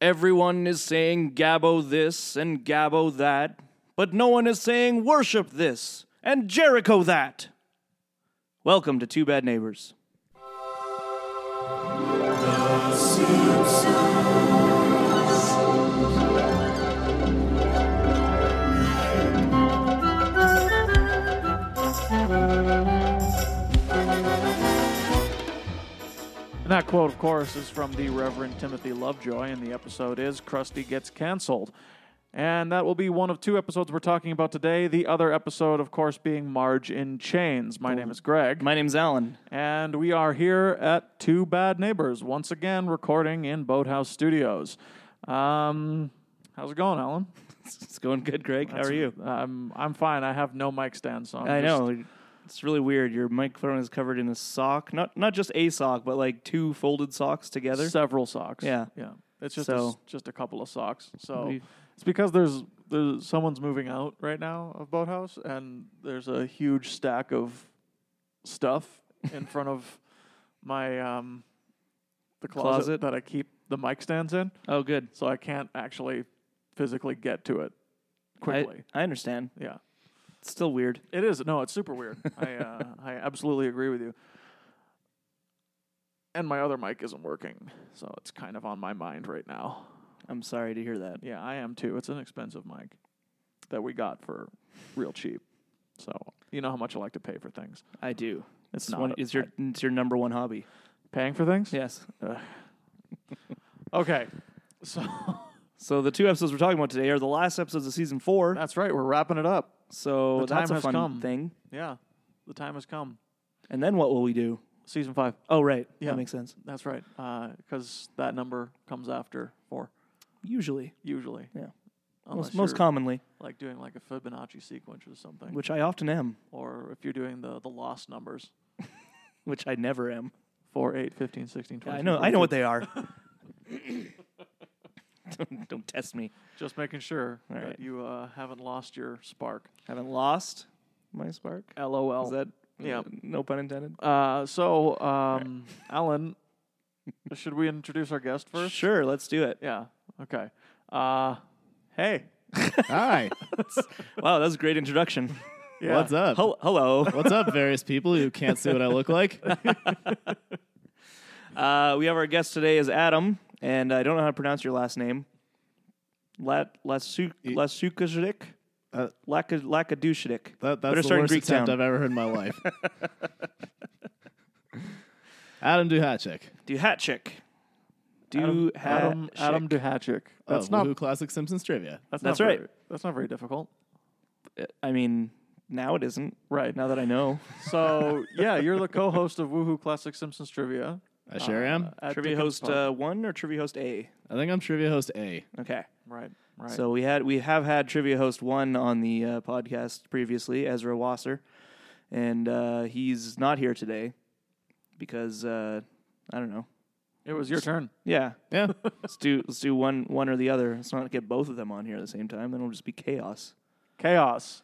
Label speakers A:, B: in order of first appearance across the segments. A: Everyone is saying Gabbo this and Gabbo that, but no one is saying worship this and Jericho that. Welcome to Two Bad Neighbors.
B: And that quote, of course, is from the Reverend Timothy Lovejoy, and the episode is Krusty Gets Cancelled. And that will be one of two episodes we're talking about today. The other episode, of course, being Marge in Chains. My name is Greg.
A: My name's Alan.
B: And we are here at Two Bad Neighbors, once again recording in Boathouse Studios. Um, how's it going, Alan?
A: It's going good, Greg. How are you?
B: Um, I'm fine. I have no mic stand, so I'm
A: I
B: just-
A: know. It's really weird. Your microphone is covered in a sock. Not not just a sock, but like two folded socks together.
B: several socks.
A: Yeah.
B: yeah. It's just a,
A: So-
B: s- just a couple of socks. So
A: We-
B: it's because there's there's someone's moving out right now of Boathouse, and there's a huge stack of stuff in front of my um the closet,
A: Closet?
B: that I keep the mic stands in,
A: oh, good.
B: so I can't actually physically get to it
A: I,
B: quickly.
A: I understand.
B: yeah,
A: It's still weird.
B: it is. No, it's super weird. I uh, I absolutely agree with you. And my other mic isn't working, so it's kind of on my mind right now.
A: I'm sorry to hear that.
B: Yeah, I am too. It's an expensive mic that we got for real cheap. So you know how much I like to pay for things.
A: I do.
B: It's
A: It's
B: not
A: one,
B: a-
A: it's your it's your number one hobby.
B: Paying for things?
A: Yes.
B: Okay. So
A: So the two episodes we're talking about today are the last episodes of season four.
B: that's right. We're wrapping it up.
A: So
B: The
A: that's
B: time
A: a
B: has
A: fun
B: come.
A: thing.
B: Yeah, the time has come.
A: And then what will we do?
B: Season five.
A: Oh, right.
B: Yeah.
A: That makes sense.
B: That's right. Because that number comes after four
A: Usually,
B: usually.
A: Yeah.
B: Unless
A: most, most
B: you're,
A: commonly,
B: like doing like a Fibonacci sequence or something,
A: which I often am,
B: or if you're doing the the lost numbers.
A: which I never am.
B: 4, 8, 15, 16, 20.
A: I know. I know what they are. don't, don't test me.
B: Just making sure
A: All
B: that
A: right.
B: you uh, haven't lost your spark.
A: Haven't lost my spark.
B: LOL.
A: Is that
B: Yeah.
A: No pun intended.
B: uh, so, um, Alan, should we introduce our guest first?
A: Sure. Let's do it.
B: Yeah. Okay. Uh, hey.
C: Hi.
A: Wow, that was a great introduction.
B: Yeah.
C: What's up?
A: Hel- Hello.
C: What's up, various people who can't see what I look like?
A: Uh, we have our guest today is Adam, and I don't know how to pronounce your last name. Lat Lasuk Lasukajic.
C: Uh,
A: Laka- Lakadushik.
C: That,
A: Better
C: that's the
A: start in
C: worst
A: Greek
C: attempt
A: town.
C: I've ever heard in my life. Adam Duhachek.
A: Duhatchik.
B: Adam,
A: Duhatchik.
B: Adam, Adam Duhatchik. That's
C: of
B: not.
C: Wahoo Classic Simpsons Trivia.
B: That's,
A: Oh, That's
B: not
A: right.
B: Very, that's not very difficult.
A: I mean, now it isn't.
B: Right.
A: Now that I know.
B: so, yeah, you're the co-host of Woohoo Classic Simpsons Trivia.
C: I sure
A: Uh,
C: am.
B: at
A: trivia
B: Dickens
A: host
B: Pub.
A: uh, one or trivia host A.
C: I think I'm Trivia Host A.
A: Okay.
B: right. Right.
A: So we had we have had trivia host one on the uh, podcast previously, Ezra Wasser, and uh, he's not here today because uh, I don't know.
B: it was your turn.
A: Yeah,
C: Yeah.
A: let's do let's do one one or the other. Let's not get both of them on here at the same time. Then it'll just be chaos.
B: Chaos.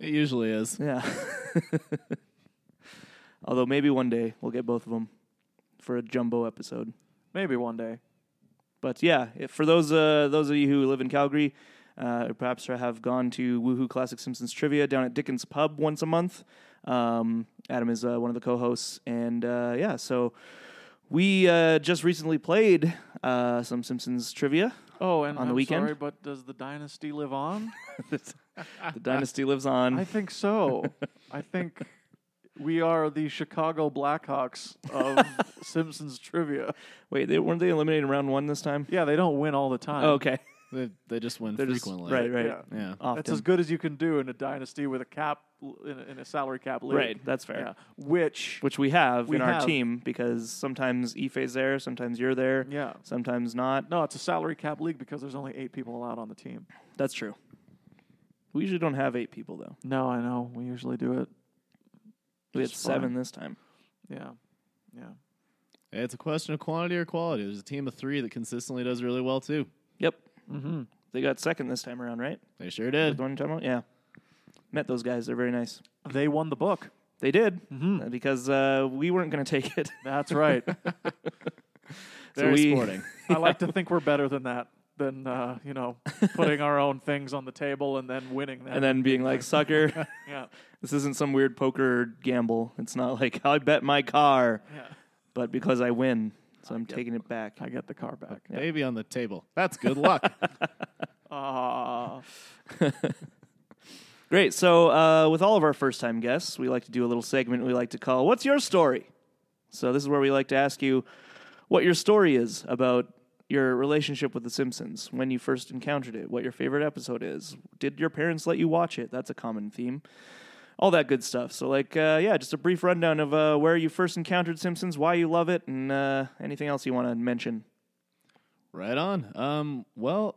C: it usually is.
A: Yeah. Although maybe one day we'll get both of them for a jumbo episode.
B: Maybe one day.
A: But yeah, if, for those uh, those of you who live in Calgary, uh, or perhaps have gone to Woohoo Classic Simpsons Trivia down at Dickens Pub once a month. Um, Adam is uh, one of the co-hosts, and uh, yeah, so we uh, just recently played uh, some Simpsons trivia.
B: Oh, and
A: On the
B: I'm
A: weekend?
B: Sorry, but does the dynasty live on?
A: the dynasty lives on.
B: I think so. I think we are the Chicago Blackhawks of Simpsons trivia.
A: Wait, they, weren't they eliminated in round one this time?
B: Yeah, they don't win all the time.
A: Oh, okay,
C: They, they just win
A: they're just
C: frequently.
A: right, Uh, right.
B: Yeah.
C: Yeah.
A: Often.
B: That's as good as you can do in a dynasty with a cap in a, in a salary cap league.
A: right, that's fair.
B: Yeah. Which
A: Which we have
B: We
A: in
B: have.
A: our team because sometimes Ife's there, sometimes you're there,
B: yeah.
A: sometimes not.
B: No, it's a salary cap league because there's only 8 people allowed on the team.
A: That's true. We usually don't have eight people though.
B: No, I know. We usually do it.
A: We had
B: It's fine.
A: seven this time.
B: Yeah. Yeah.
C: It's a question of quantity or quality. There's a team of three that consistently does really well, too.
A: Yep.
B: Mhm.
A: They got second this time around, right?
C: They sure
A: The
C: did.
A: one you're talking about? Yeah. Met those guys. They're very nice.
B: They won the book. Mm-hmm.
A: They did uh, because uh, we weren't going to take it.
B: That's right.
C: Very
A: we-
C: sporting.
B: I like to think we're better than that. Than uh, you know, putting our own things on the table and then winning them.
A: and then being like, sucker,
B: yeah,
A: this isn't some weird poker gamble. It's not like I bet my car,
B: yeah,
A: but because I win, so I'm taking it back.
B: I get the car back.
C: Baby on the table. That's good luck.
B: Ah,
A: Great. So, uh, with all of our first time guests, we like to do a little segment we like to call What's Your Story? So, this is where we like to ask you what your story is about your relationship with The Simpsons, when you first encountered it, what your favorite episode is, did your parents let you watch it? That's a common theme. All that good stuff. So, like, uh, yeah, just a brief rundown of uh, where you first encountered Simpsons, why you love it, and uh, anything else you want to mention.
C: Right on. Um, well,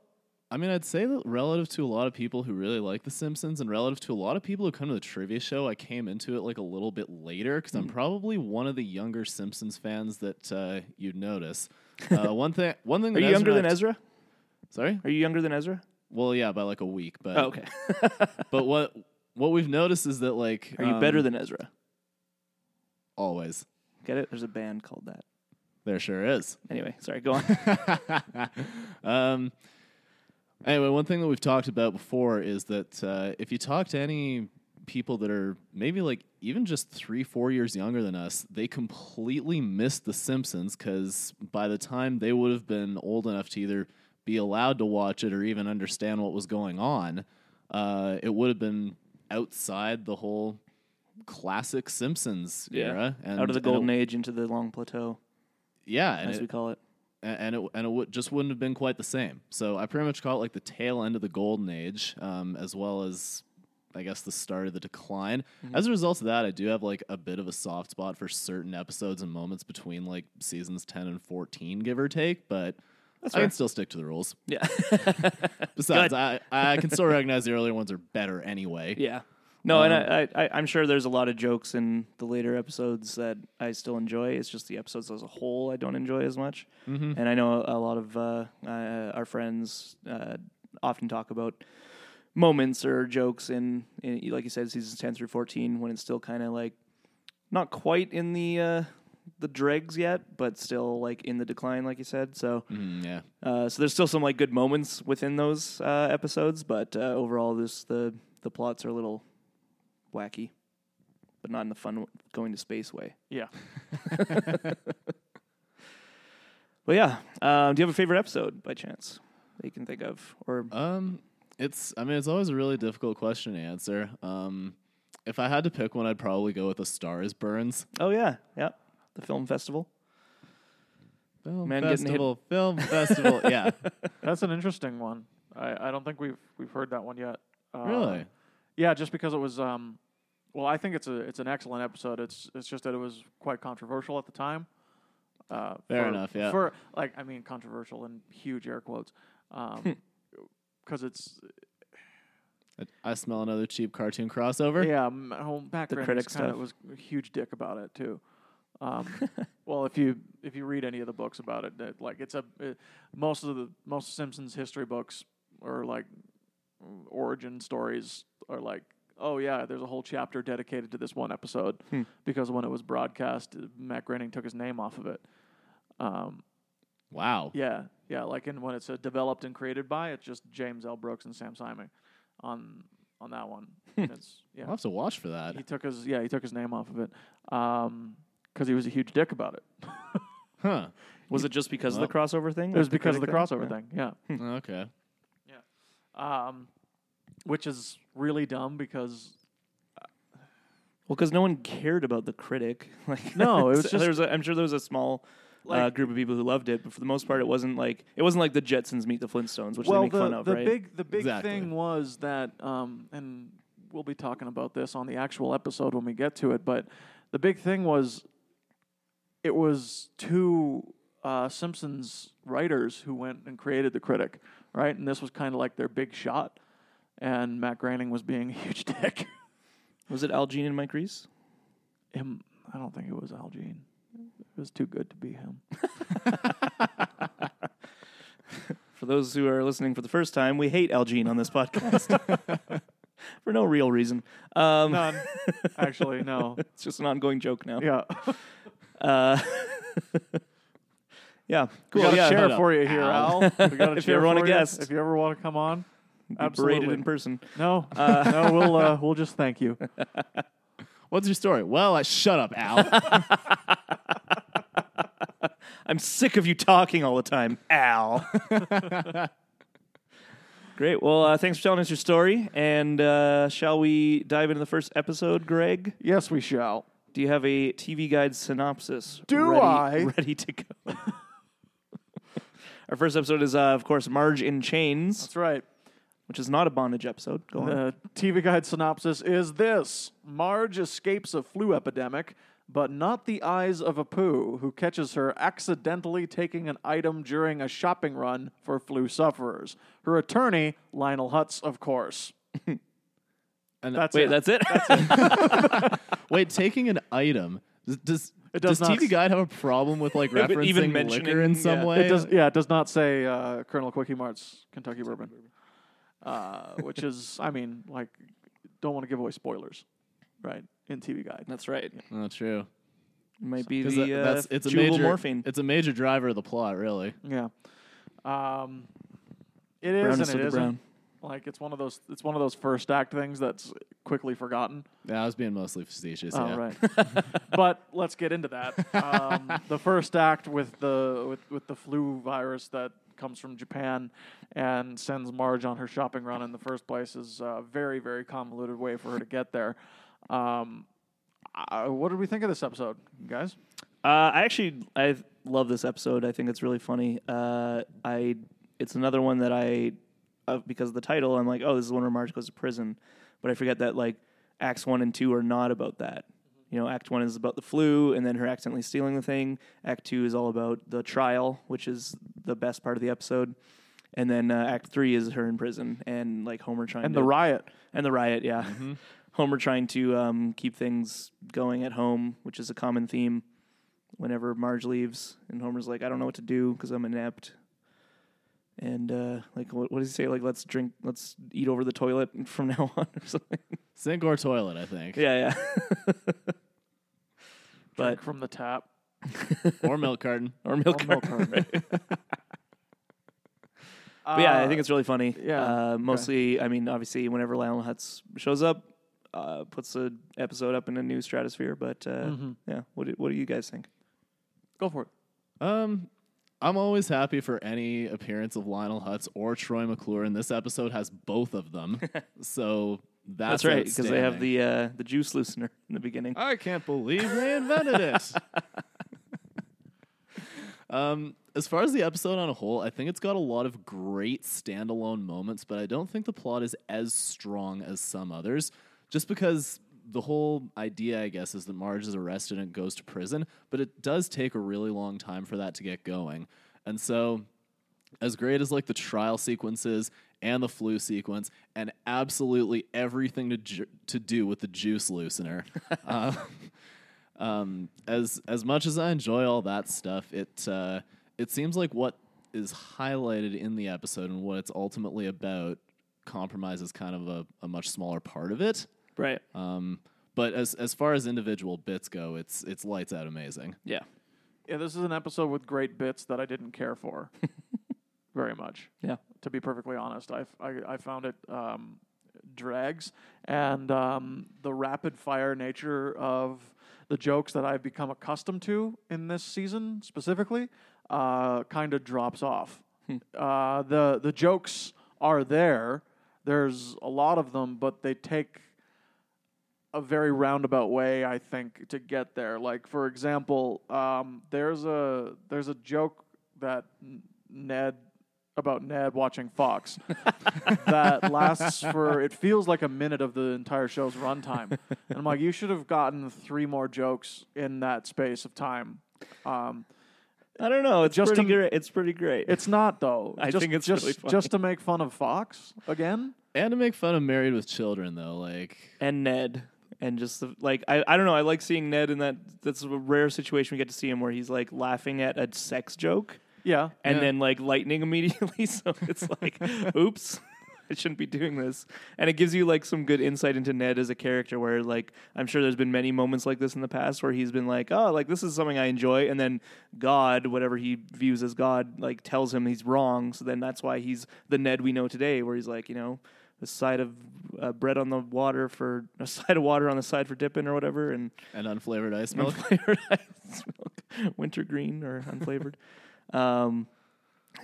C: I mean, I'd say that relative to a lot of people who really like The Simpsons and relative to a lot of people who come to the trivia show, I came into it like a little bit later because
A: Hmm.
C: I'm probably one of the younger Simpsons fans that uh, you'd notice. Uh, one thing, one thing.
A: Are
C: that
A: you
C: Ezra
A: younger
C: and
A: than
C: I-
A: Ezra?
C: Sorry.
A: Are you younger than Ezra?
C: Well, yeah, by like a week. But
A: Oh, okay.
C: but what what we've noticed is that like
A: Are you
C: um,
A: better than Ezra?
C: always?
A: Get it? There's a band called that.
C: There sure is.
A: Anyway, sorry, go on.
C: um, anyway, one thing that we've talked about before is that uh, if you talk to any people that are maybe like even just three, four years younger than us, they completely missed The Simpsons because by the time they would have been old enough to either be allowed to watch it or even understand what was going on, uh, it would have been outside the whole classic Simpsons era and
A: out of the golden
C: and it,
A: age into the long plateau,
C: yeah, and
A: as
C: it-
A: we call it.
C: a- and it and it w- just wouldn't have been quite the same. So I pretty much call it like the tail end of the golden age, um, as well as I guess the start of the decline. As a result of that, I do have like a bit of a soft spot for certain episodes and moments between like seasons ten and fourteen, give or take. But I
A: fair.
C: can still stick to the rules.
A: Yeah,
C: Besides, I, I can still recognize the earlier ones are better anyway.
A: yeah. No, and I, I, I- I'm sure there's a lot of jokes in the later episodes that I still enjoy. It's just the episodes as a whole I don't enjoy as much. Mm-hmm. And I know a, a lot of uh, uh, our friends uh, often talk about moments or jokes in, in, like you said, seasons ten through fourteen, when it's still kind of like not quite in the uh, the dregs yet, but still like in the decline, like you said. So.
C: Mm, yeah.
A: Uh, so there's still some like good moments within those uh, episodes, but uh, overall, this the the plots are a little wacky, but not in the fun going to space way.
B: yeah.
A: But yeah, um, do you have a favorite episode by chance that you can think of? Or
C: Um, it's. I mean, it's always a really difficult question to answer. Um, if I had to pick one, I'd probably go with the Stars Burns.
A: oh yeah, yeah, the film festival.
C: Film
A: Man getting hit-
C: festival, film festival. Yeah,
B: That's an interesting one. I, I don't think we've we've heard that one yet. Uh,
C: really.
B: Yeah, just because it was. Um, well, I think it's a it's an excellent episode. It's it's just that it was quite controversial at the time. Uh,
C: Fair
B: for-
C: enough, yeah.
B: For like, I mean, controversial in huge air quotes, because it's
C: I, I smell another cheap cartoon crossover.
B: yeah. m- Home back
A: The
B: then
A: critic
B: kind of
A: stuff.
B: was a huge dick about it too. Um, well, if you if you read any of the books about it, that like it's a it, most of the most Simpsons history books or like origin stories are like oh yeah, there's a whole chapter dedicated to this one episode
A: Hmm.
B: because when it was broadcast, uh, Matt Groening took his name off of it. Um,
C: Wow.
B: yeah, yeah. Like, and when it's uh, developed and created by, it's just James L. Brooks and Sam Simon on on that one.
A: Hmm.
B: And it's, yeah,
C: I'll have to watch for that.
B: he took his yeah he took his name off of it because he was a huge dick about it.
C: Huh.
A: Was it just because of the crossover thing?
B: It was because of the crossover thing. Yeah.
A: Hmm.
C: okay.
B: Um, which is really dumb because
A: Well, because no one cared about the critic. Like
B: No, it was just-
A: there was a, I'm sure there was a small. uh,
B: Like-
A: group of people who loved it, but for the most part, it wasn't like it wasn't like the Jetsons meet the Flintstones, which they
B: well
A: make
B: the,
A: fun of,
B: the
A: right?
B: big the big
C: Exactly.
B: thing was that um and we'll be talking about this on the actual episode when we get to it, but the big thing was it was two uh, Simpsons writers who went and created the critic, right? And this was kind of like their big shot, and Matt Groening was being a huge dick.
A: was it Al Jean and Mike Reese?
B: him. I don't think it was Al Jean. It was too good to be him.
A: For those who are listening for the first time, we hate Algene on this podcast for no real reason. Um,
B: None. Actually, no.
A: It's just an ongoing joke now.
B: Yeah.
A: Uh, Yeah,
B: We
A: cool.
B: got a
A: yeah,
B: chair
C: hold up.
B: for you here, Al. We got a
A: If you
B: chair
A: ever
B: for
A: want a
B: you,
A: guest.
B: If you ever want to come on,
A: paraded
B: absolutely.
A: in person.
B: No, no, we'll uh, we'll just thank you.
C: What's your story? Well, I shut up, Al.
A: I'm sick of you talking all the time, Al. Great. Well, uh, thanks for telling us your story. And uh, shall we dive into the first episode, Greg?
B: Yes, we shall.
A: Do you have a TV guide synopsis?
B: Do
A: ready,
B: I?
A: Ready to go. Our first episode is, uh, of course, Marge in Chains,
B: That's right.
A: which is not a bondage episode. Go
C: Uh,
A: on.
B: The TV guide synopsis is this Marge escapes a flu epidemic, but not the eyes of a poo who catches her accidentally taking an item during a shopping run for flu sufferers. Her attorney, Lionel Hutz, of course.
C: And-
B: That's
A: Wait,
B: it.
A: that's it?
C: Wait, taking an item does does,
B: does
C: does,
B: not
C: TV
B: s-
C: Guide have a problem with like referencing
A: even mentioning-
C: liquor in some
A: yeah. It
C: way?
B: it does, yeah, it does not say uh, Colonel Quickie Mart's Kentucky Bourbon, Uh, which is, I mean, like, don't want to give away spoilers, right? In TV Guide.
A: that's right.
C: Oh, true.
A: Might be
C: 'Cause
A: the
C: that-
A: uh,
C: that's it's a
A: juvenile
C: major
A: morphine.
C: It's a major driver of the plot, really.
B: Yeah. Um, it is
A: Brown
B: and
A: is
B: it
A: the
B: isn't.
A: brown.
B: Like it's one of those. It's one of those first act things that's quickly forgotten.
C: Yeah, I was being mostly facetious.
B: Oh
C: yeah.
B: right. but let's get into that. Um, the first act with the with, with the flu virus that comes from Japan and sends Marge on her shopping run in the first place is a very very convoluted way for her to get there. Um, I, what did we think of this episode, guys?
A: Uh, I actually I love this episode. I think it's really funny. Uh, I it's another one that I uh, because of the title I'm like, oh, this is one where Marge goes to prison, but I forget that like acts one and two are not about that. You know, Act One is about the flu and then her accidentally stealing the thing. Act Two is all about the trial, which is the best part of the episode, and then uh, Act Three is her in prison and like Homer trying
B: And
A: to
B: the riot.
A: and the riot, yeah.
B: Mm-hmm.
A: Homer trying to um, keep things going at home, which is a common theme whenever Marge leaves. And Homer's like, I don't know what to do because I'm inept. And uh, like, what, what does he say? Like, let's drink, let's eat over the toilet from now on or something.
C: Sink or toilet, I think,
A: yeah, yeah. but
B: Drink from the tap.
C: or milk carton.
A: or milk.
B: Or milk
A: carton.
B: carton.
A: But yeah, I think it's really funny.
B: Uh, yeah,
A: Uh,
B: okay.
A: mostly, I mean, obviously, whenever Lionel Hutz shows up, uh, puts a episode up in a new stratosphere. But uh,
B: Mm-hmm.
A: yeah, what do, what do you guys think?
B: go for it.
C: Um, I'm always happy for any appearance of Lionel Hutz or Troy McClure, and this episode has both of them. so that's,
A: That's right, because they have
C: outstanding.
A: the uh, the juice loosener in the beginning.
C: I can't believe they invented it. um, as far as the episode on a whole, I think it's got a lot of great standalone moments, but I don't think the plot is as strong as some others, just because the whole idea, I guess, is that Marge is arrested and goes to prison, but it does take a really long time for that to get going. And so as great as like the trial sequences and the flu sequence and absolutely everything to ju- to do with the juice loosener uh, um, as as much as I enjoy all that stuff it uh, it seems like what is highlighted in the episode and what it's ultimately about compromises kind of a, a much smaller part of it
A: Right.
C: um, but as as far as individual bits go it's it's lights out amazing
A: yeah.
B: Yeah, this is an episode with great bits that I didn't care for very much.
A: Yeah.
B: To be perfectly honest, I, I, I found it um, drags, and um, the rapid fire nature of the jokes that I've become accustomed to in this season specifically uh, kind of drops off. Uh, the the jokes are there. There's a lot of them, but they take a very roundabout way, I think, to get there. Like for example, um, there's a there's a joke that N- Ned about Ned watching Fox that lasts for it feels like a minute of the entire show's runtime, and I'm like, you should have gotten three more jokes in that space of time. Um,
A: I don't know. It's
B: Just
A: pretty
B: to-
A: great. It's pretty great.
B: it's not though.
A: I
B: just,
A: think it's
B: just
A: really funny.
B: just to make fun of Fox again.
C: and to make fun of married with children though like
A: and Ned. And just the, like I, I don't know I like seeing Ned in that that's a rare situation we get to see him where he's like laughing at a sex joke
B: Yeah.
A: and
C: Yeah.
A: then like lightning immediately so it's like oops I shouldn't be doing this. And it gives you like some good insight into Ned as a character where like I'm sure there's been many moments like this in the past where he's been like, "Oh, like this is something I enjoy." And then God, whatever he views as God, like tells him he's wrong. So then that's why he's the Ned we know today where he's like, you know, a side of uh, bread on the water for a side of water on the side for dipping or whatever and
C: and unflavored ice milk.
A: unflavored ice milk, wintergreen or unflavored. um,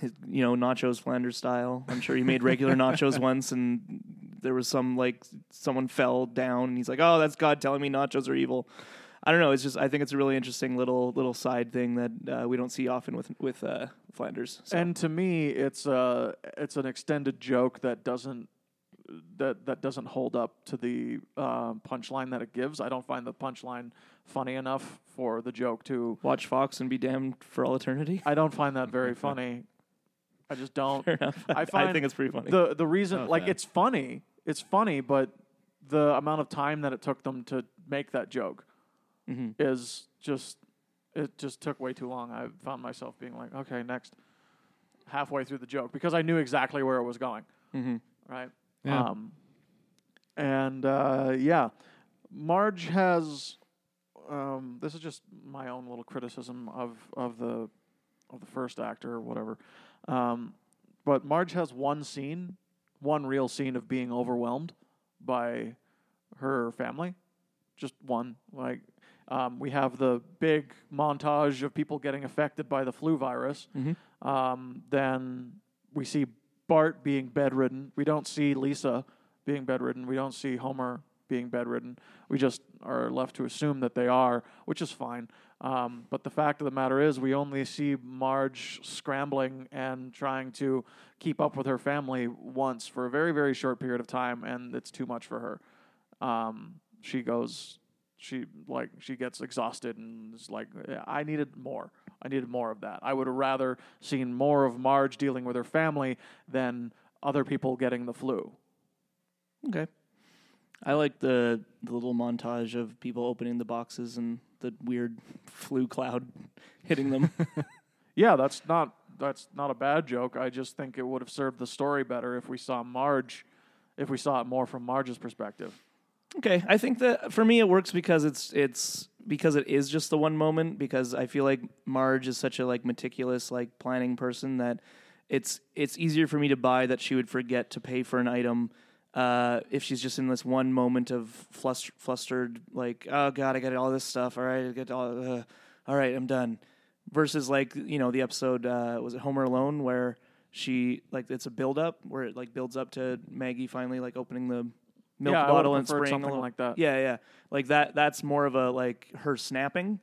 A: his, you know, nachos Flanders style. I'm sure he made regular nachos once, and there was some like someone fell down, and he's like, "Oh, that's God telling me nachos are evil." I don't know. It's just I think it's a really interesting little little side thing that uh, we don't see often with with uh, Flanders. So.
B: And to me, it's a it's an extended joke that doesn't that that doesn't hold up to the uh, punchline that it gives. I don't find the punchline funny enough for the joke to.
A: Watch Fox and be damned for all eternity.
B: I don't find that very funny. I just don't.
A: Fair enough.
B: I find
A: think it's pretty funny.
B: The the reason like
C: Okay.
B: it's funny, it's funny, but the amount of time that it took them to make that joke is just it just took way too long. I found myself being like, okay, next, halfway through the joke because I knew exactly where it was going.
A: Mm-hmm.
B: Right.
C: Yeah.
B: Um, and uh, yeah, Marge has. Um, this is just my own little criticism of of the of the first actor or whatever. Um, but Marge has one scene, one real scene of being overwhelmed by her family. Just one. Like um, we have the big montage of people getting affected by the flu virus. Um, then we see Bart being bedridden. We don't see Lisa being bedridden. We don't see Homer being bedridden. We just are left to assume that they are, which is fine. Um, but the fact of the matter is, we only see Marge scrambling and trying to keep up with her family once for a very, very short period of time, and it's too much for her um, she goes she like she gets exhausted and is like "Yeah, i needed more i needed more of that i would have rather seen more of marge dealing with her family than other people getting the flu
A: Okay. I like the the little montage of people opening the boxes and the weird flu cloud hitting them.
B: yeah that's not that's not a bad joke i just think it would have served the story better if we saw marge if we saw it more from marge's perspective
A: okay, I think that for me it works because it's it's because it is just the one moment because I feel like Marge is such a like meticulous like planning person that it's it's easier for me to buy that she would forget to pay for an item uh, if she's just in this one moment of flust- flustered like oh god I got all this stuff all right I got all uh, all right I'm done versus like you know the episode uh, was it Home or Alone where she like it's a build up where it like builds up to Maggie finally like opening the milk
B: Yeah, I would've
A: bottle and
B: preferred
A: spraying a
B: something
A: little-
B: like that.
A: Yeah, yeah, like that. That's more of a like her snapping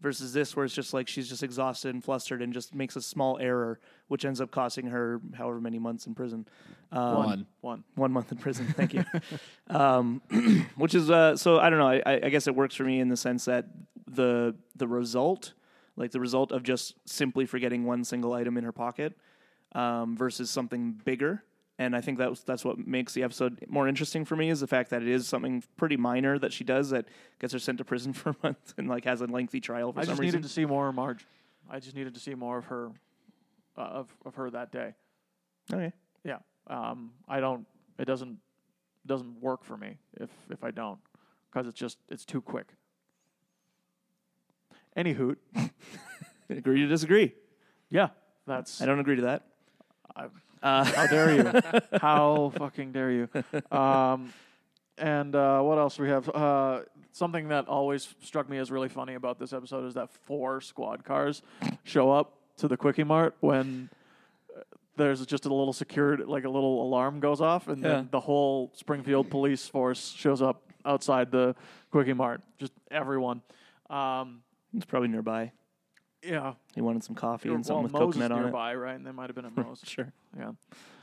A: versus this where it's just like she's just exhausted and flustered and just makes a small error which ends up costing her however many months in prison. Um,
C: One.
B: one
A: one month in prison. Thank you. um, which is uh, so I don't know. I, I I guess it works for me in the sense that the the result, like the result of just simply forgetting one single item in her pocket, um, versus something bigger. And I think that was, that's what makes the episode more interesting for me is the fact that it is something pretty minor that she does that gets her sent to prison for a month and like has a lengthy trial for
B: i
A: some
B: just
A: reason.
B: needed to see more of marge i just needed to see more of her uh, of, of her that day
A: okay.
B: yeah um, i don't it doesn't doesn't work for me if if i don't because it's just it's too quick any hoot
A: Agree to disagree.
B: yeah that's
A: I don't agree to that.
B: how dare you how fucking dare you um, and uh, what else we have uh, something that always struck me as really funny about this episode is that four squad cars show up to the quickie mart when uh, there's just a little security, like a little alarm goes off, and
A: Yeah.
B: then the whole Springfield police force shows up outside the Quickie Mart. Just everyone. Um,
A: It's probably nearby.
B: yeah.
A: He wanted some coffee and
B: well,
A: something with
B: Moe's is
A: coconut on it.
B: nearby, right? And they might have been at Moe's.
A: Sure.
B: Yeah.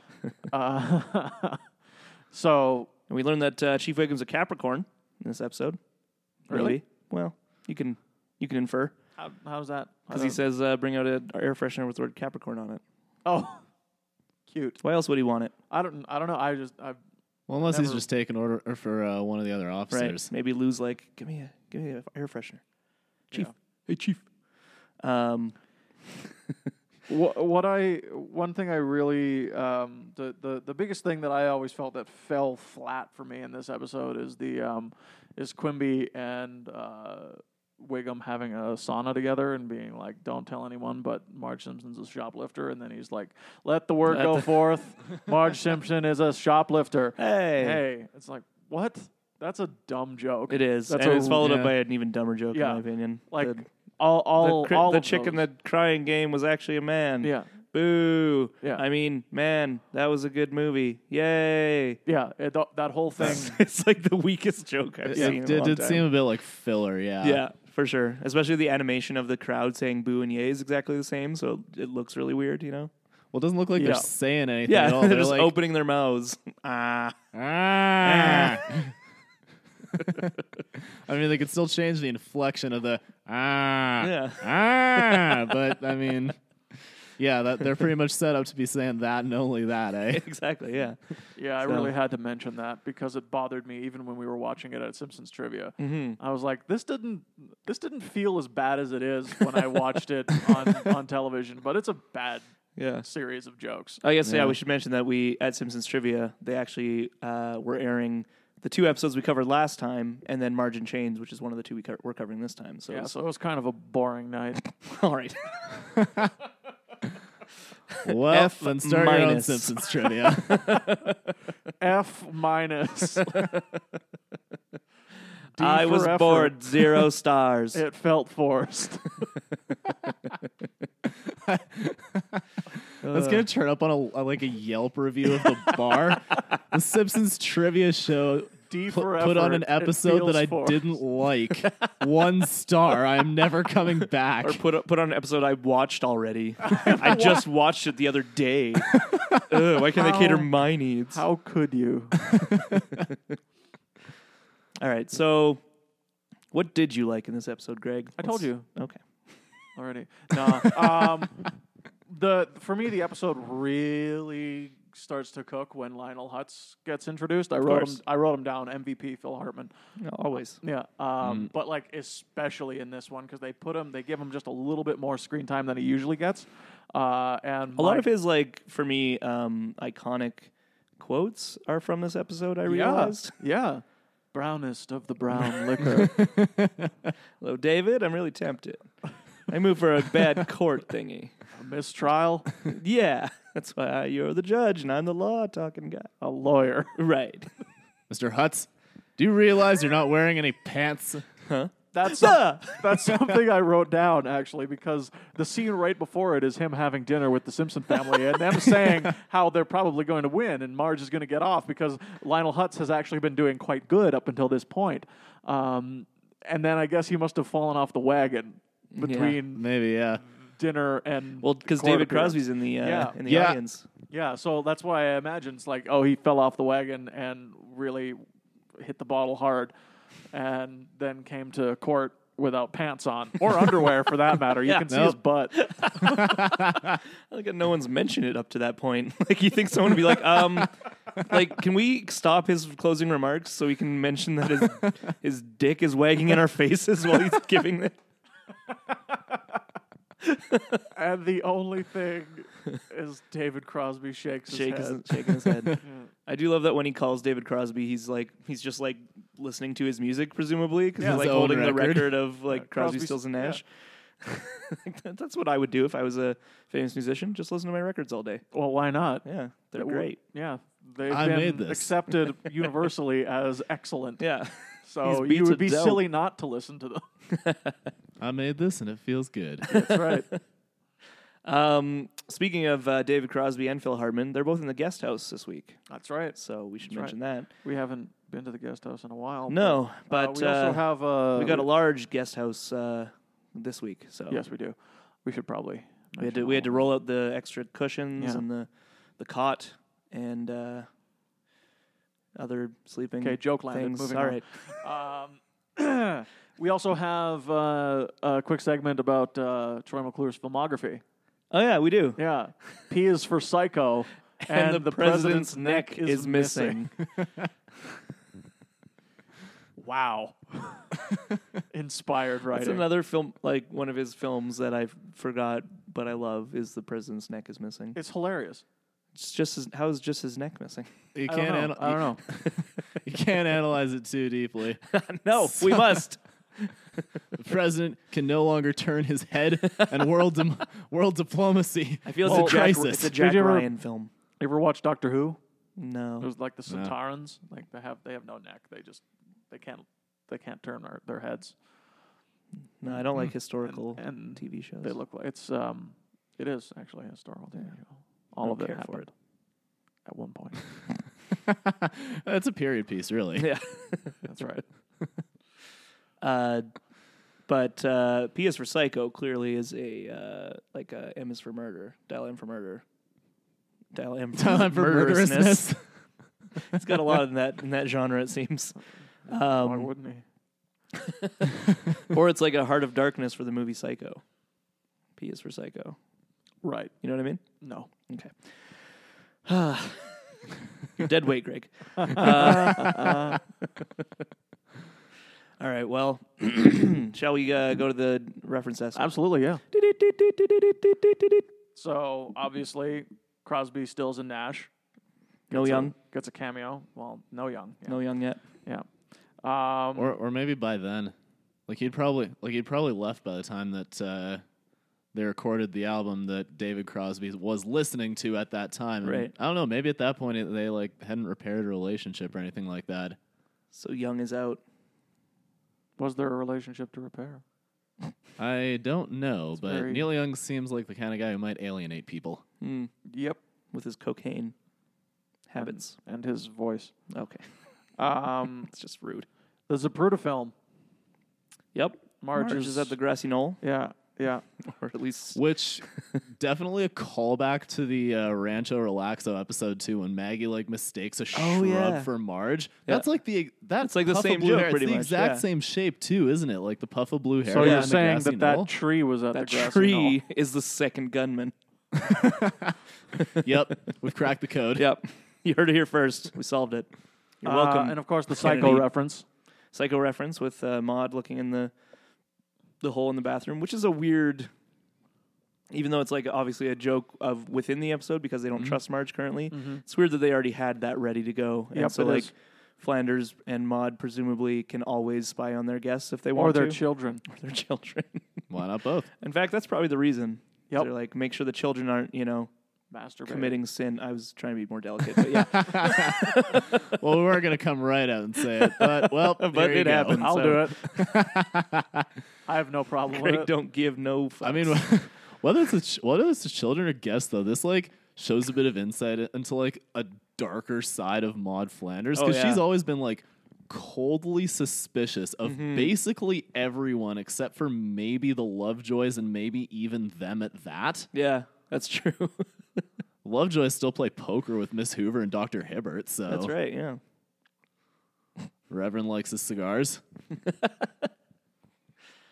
B: uh, so,
A: And we learned that uh, Chief Wiggum's a Capricorn in this episode.
B: Really?
A: Maybe. Well, you can you can infer
B: how, how's that? I
A: because he
B: don't-
A: says uh, bring out an air freshener with the word Capricorn on it.
B: "Oh, cute."
A: Why else would he want it?
B: I don't. I don't know. I just. I,
C: Well, unless he's
B: Never-
C: just taking order or for uh, one of the other
A: Right?
C: officers.
A: Maybe Lou's like, give me a give me an air freshener, Chief.
B: Yeah.
A: Hey, Chief. Um,
B: what, what I one thing I really um, the, the the biggest thing that I always felt that fell flat for me in this episode is the um, is Quimby and uh, Wiggum having a sauna together and being like, "Don't tell anyone," but Marge Simpson's a shoplifter, and then he's like, "Let the word
A: Let
B: go
A: the-
B: forth, Marge Simpson is a shoplifter."
A: Hey.
B: Hey, it's like what? That's a dumb joke.
A: It is.
B: That's
A: and
B: a-
A: it's followed
C: yeah.
A: up by an even dumber joke,
B: Yeah.
A: in my opinion.
B: like
A: the,
B: all
A: the,
B: all
A: cri-
B: all
A: the
B: of
A: chick in
B: those.
A: the crying game was actually a man.
B: yeah
A: Boo.
B: Yeah.
A: I mean, man, that was a good movie. Yay.
B: yeah it, th- that whole thing.
A: it's like the weakest joke I've
C: It,
A: seen.
C: it
A: in a
C: did,
A: long
C: did
A: time.
C: seem a bit like filler, yeah.
A: Yeah, for sure. Especially the animation of the crowd saying boo and yay is exactly the same, so it looks really weird, you know?
C: Well, it doesn't look like
B: Yeah.
C: they're saying anything
A: Yeah,
C: at all.
A: they're,
C: They're
A: just
C: like,
A: opening their mouths. ah.
C: Ah. I mean, they could still change the inflection of the ah,
A: Yeah.
C: ah, but I mean, yeah, that they're pretty much set up to be saying that and only that, eh?
A: Exactly, yeah.
B: Yeah, I
A: So-
B: really had to mention that because it bothered me even when we were watching it at Simpsons Trivia.
A: Mm-hmm.
B: I was like, this didn't this didn't feel as bad as it is when I watched it on, on television, but it's a bad
A: Yeah.
B: series of jokes.
A: I guess yeah.
C: Yeah.
A: We should mention that we at Simpsons Trivia they actually uh, were airing the two episodes we covered last time, and then Margin Chains, which is one of the two we co- we're covering this time. So,
B: Yeah, so it was kind of a boring night.
A: all right,
C: Well,
A: F
C: and start your own
A: minus.
C: Simpsons trivia.
B: F minus. D
A: I was
B: for effort.
A: bored. Zero stars.
B: It felt forced.
C: That's gonna turn up on a, like a Yelp review of the bar. the Simpsons trivia show
B: D
C: pu-
B: for effort.
C: put on an
B: It
C: episode that
B: feels
C: I
B: forced.
C: didn't like. One star. I am never coming back.
A: or put put on an episode I watched already. I just watched it the other day. Ugh, why can't they cater
B: How-
A: my needs?
B: How could you?
A: All right, so what did you like in this episode, Greg?
B: I told
A: Let's-
B: you.
A: Okay.
B: already. No. Um, the for me the episode really starts to cook when Lionel Hutz gets introduced. I wrote him.
A: course.
B: I wrote him down. MVP Phil Hartman.
A: No, always.
B: Yeah. Um, But like especially in this one because they put him. They give him just a little bit more screen time than he usually gets. Uh, and
A: A lot of his like for me um, iconic quotes are from this episode. I
B: Yeah.
A: realized.
B: Yeah. Brownest of the brown liquor.
A: Hello, David. I'm really tempted. I move for a bad court thingy.
B: a mistrial.
A: Yeah, that's why you're the judge and I'm the law talking guy.
B: A lawyer.
A: Right.
C: Mr. Hutz, do you realize you're not wearing any pants?
B: That's
A: Duh.
B: That's something I wrote down actually because the scene right before it is him having dinner with the Simpson family and them saying how they're probably going to win and Marge is going to get off because Lionel Hutz has actually been doing quite good up until this point. Um, and then I guess he must have fallen off the wagon between
C: Maybe, yeah.
B: dinner and
A: Well, because
B: court
A: David
B: appearance.
A: Crosby's in the uh,
B: Yeah.
A: in the
C: Yeah.
A: audience.
B: Yeah, so that's why I imagine it's like, oh, he fell off the wagon and really hit the bottle hard, and then came to court without pants on or underwear for that matter. You
A: Yeah.
B: can see his
C: Nope.
B: butt.
A: I like that no one's mentioned it up to that point. Like you think someone would be like, um, like can we stop his closing remarks so we can mention that his his dick is wagging in our faces while he's giving it.
B: And the only thing is David Crosby shakes his
A: Shake
B: head.
A: his, shaking his head. I do love that when he calls David Crosby, he's like he's just like listening to his music, presumably, because
B: Yeah.
A: he's
B: His
A: like
C: own
A: holding the
C: record.
A: record of like Crosby,
B: Crosby's-
A: Stills, and
B: yeah.
A: Nash. Like, that- That's what I would do if I was a famous musician. Just listen to my records all day.
B: Well, why not?
A: Yeah,
B: It
A: they're
B: w-
A: great.
B: Yeah, they've
C: I
B: been
C: made this.
B: accepted universally as excellent.
A: Yeah,
B: So
A: These
B: you
A: beats
B: would
A: are
B: be
A: dope.
B: silly not to listen to them.
C: I made this and it feels good.
B: That's right.
A: Um, speaking of uh, David Crosby and Phil Hartman, they're both in the guest house this week,
B: That's right.
A: so we should
B: That's right.
A: mention
B: We haven't been to the guest house in a while.
A: that. No,
B: but, uh,
A: but
B: we also have uh,
A: we got a large guest house uh, this week, so
B: Yes, we do. We should probably.
A: We had
B: mention
A: to we had to
B: all
A: roll out the extra cushions
B: Yeah.
A: and the the cot and uh, other sleeping.
B: of them. Okay, joke landed.
A: things.
B: Moving
A: All
B: on.
A: right.
B: Um, we also have uh, a quick segment about uh, Troy McClure's filmography.
A: Oh yeah, we do.
B: Yeah, P is for Psycho, and, the, president's, neck, is missing. Wow, inspired
A: It's
B: writing.
A: another film, like one of his films that I forgot but I love is the president's neck is missing.
B: It's hilarious.
A: It's just his, how is just his neck missing?
C: You
B: I don't
C: can't.
B: know.
C: Anal-
B: I don't know.
C: You can't analyze it too deeply.
A: no, we must.
C: The president can no longer turn his head, and world dim- world diplomacy.
A: I feel it's
C: is
A: a
C: in
A: Jack,
C: crisis.
A: it's a Jack
B: you ever-
A: Ryan film.
B: You ever watch Doctor Who? It
A: No,
B: was like the Satarans. Like they have they have no neck. They just they can't they can't turn their, their heads.
A: no, I don't like historical
B: and
A: TV shows.
B: They look like it's um it is actually a historical TV show. All
A: Don't
B: of it
A: care for
B: happened at one point.
C: That's a period piece, really.
A: yeah.
B: That's right.
A: Uh, but uh, P is for Psycho clearly is a uh, like uh M is for murder. Dial M for murder. Dial M for,
C: Time for murderousness.
A: it's got a lot in that in that genre. It seems.
B: Why
A: Um,
B: wouldn't he?
A: or it's like a Heart of Darkness for the movie Psycho. P is for Psycho.
B: Right.
A: You know what I mean?
B: No.
A: Okay. You're dead weight, Greg. Uh, all right. Well, shall we uh, go to the reference desk?
B: Absolutely, yeah. So obviously Crosby, Stills, and Nash.
A: No
B: gets a-
A: young.
B: gets a cameo. Well, no young. Yeah.
A: No young yet.
B: Yeah. Um,
C: or or maybe by then, like he'd probably like he'd probably left by the time that uh, they recorded the album that David Crosby was listening to at that time. And
A: Right.
C: I don't know. Maybe at that point it- they like hadn't repaired a relationship or anything like that.
A: So young is out.
B: was there a relationship to repair?
C: I don't know, but
B: very-
C: Neil Young seems like the kind of guy who might alienate people.
A: Mm,
B: Yep.
A: with his cocaine habits.
B: And his voice.
A: Okay.
B: Um,
A: It's just rude.
B: the Zapruder film.
A: Yep. Marge, is at the grassy knoll,
B: Yeah. Yeah.
A: or at least
C: Which definitely a callback to the uh, Rancho Relaxo episode two when Maggie like mistakes a shrub
A: Oh, yeah.
C: for Marge.
A: Yeah.
C: That's like the that's
A: It's like the
C: puff of
A: same
C: blue
A: joke,
C: hair.
A: pretty
C: it's the
A: much,
C: exact
A: yeah.
C: same shape too, isn't it? Like the puff of blue hair.
B: So
C: down
B: you're
C: the
B: saying
C: grassy
B: that that
C: knoll.
B: tree was at the
A: that
B: grassy
A: tree is the second gunman.
C: yep, we've cracked the code.
A: Yep. You heard it here first. We solved it. You're
B: knoll. Uh,
A: welcome.
B: and of course, the
A: Kennedy.
B: psycho reference.
A: Psycho reference with uh, Maud looking in the the hole in the bathroom, which is a weird. Even though it's like obviously a joke of within the episode because they don't
B: Mm-hmm.
A: trust Marge currently, it's weird that they already had that ready to go, and
B: Yep,
A: so
B: it
A: like
B: is.
A: Flanders and Maud presumably can always spy on their guests if they want
B: Or their
A: to,
B: children.
A: or their children.
C: Why not both?
A: in fact, that's probably the reason. is
B: Yep.
A: They're like make sure the children aren't you know
B: Masturbating.
A: committing sin. I was trying to be more delicate, but yeah,
C: Well, we weren't gonna come right out and say it, but well,
A: But it happened.
B: I'll
A: So-
B: do it. I have no problem
A: Greg,
B: with it.
A: don't give no. Fucks.
C: I mean, whether it's a ch- whether it's the children or guests, though, this like shows a bit of insight into like a darker side of Maud Flanders
A: Oh,
C: because she's
A: yeah.
C: always been like coldly suspicious of
A: Mm-hmm.
C: basically everyone except for maybe the Lovejoys and maybe even them at that.
A: yeah, that's true.
C: Lovejoys still play poker with Miss Hoover and Doctor Hibbert, so
A: that's right. Yeah.
C: Reverend likes his cigars.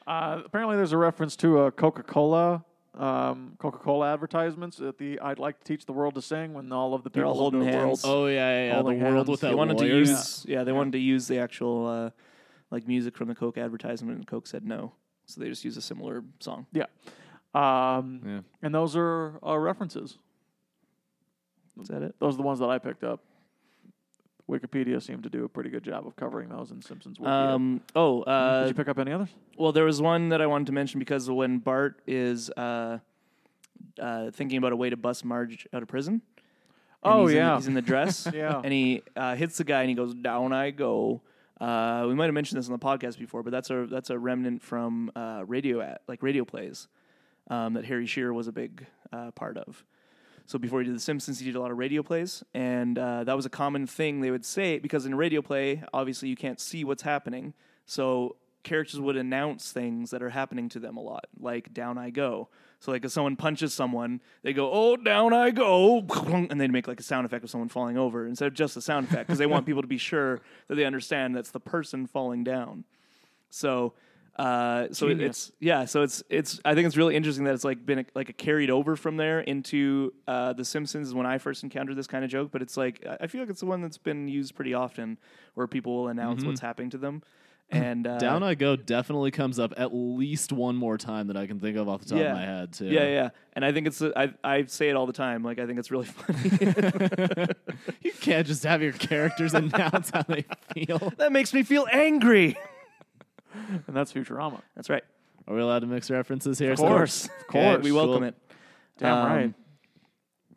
B: Uh, apparently, there's a reference to a Coca Cola. Um, Coca-Cola advertisements at the "I'd like to teach the world to sing" when all of the people
A: all
B: of the
A: holding
B: world-
A: hands.
C: Oh yeah, yeah, yeah.
B: Holding
C: the world
B: hands.
C: without
A: they wanted
C: lawyers.
A: to use yeah, they wanted to use the actual uh, like music from the Coke advertisement and Coke said no. So they just use a similar song.
B: Yeah. Um,
C: Yeah.
B: And those are our references.
A: Is that it?
B: Those are the ones that I picked up. Wikipedia seemed to do a pretty good job of covering those in Simpsons. Wikia.
A: Um, oh,
B: Did
A: uh,
B: you pick up any others?
A: well, there was one that I wanted to mention because when Bart is uh, uh, thinking about a way to bust Marge out of prison. and
B: Oh,
A: he's in the-
B: yeah.
A: he's in the dress.
B: Yeah.
A: and he uh, hits the guy and he goes down I go. Uh, we might have mentioned this on the podcast before, but that's a that's a remnant from uh, radio at like radio plays um, that Harry Shearer was a big uh, part of. So before he did The Simpsons, he did a lot of radio plays, and uh, that was a common thing they would say because in a radio play, obviously you can't see what's happening, so characters would announce things that are happening to them a lot, like "down I go." So like if someone punches someone, they go "oh down I go," and they'd make like a sound effect of someone falling over instead of just a sound effect because they want people to be sure that they understand that's the person falling down. So, uh, so
B: Genius.
A: it's yeah. So it's it's. I think it's really interesting that it's like been a, like a carried over from there into uh, the Simpsons is when I first encountered this kind of joke. But it's like I I feel like it's the one that's been used pretty often, where people will announce what's happening to them. And uh,
C: Mm-hmm. Down I Go definitely comes up at least one more time that I can think of off the top
A: Yeah.
C: of my head, too.
A: yeah, yeah. And I think it's a- I I say it all the time. Like I think it's really funny.
C: You can't just have your characters announce how they feel.
A: that makes me feel angry.
B: and that's Futurama.
A: That's right.
C: Are we allowed to mix references here? Of
B: course. Of
A: Yeah,
B: course.
A: we welcome
C: Cool.
A: it.
B: Damn
A: Um,
B: right.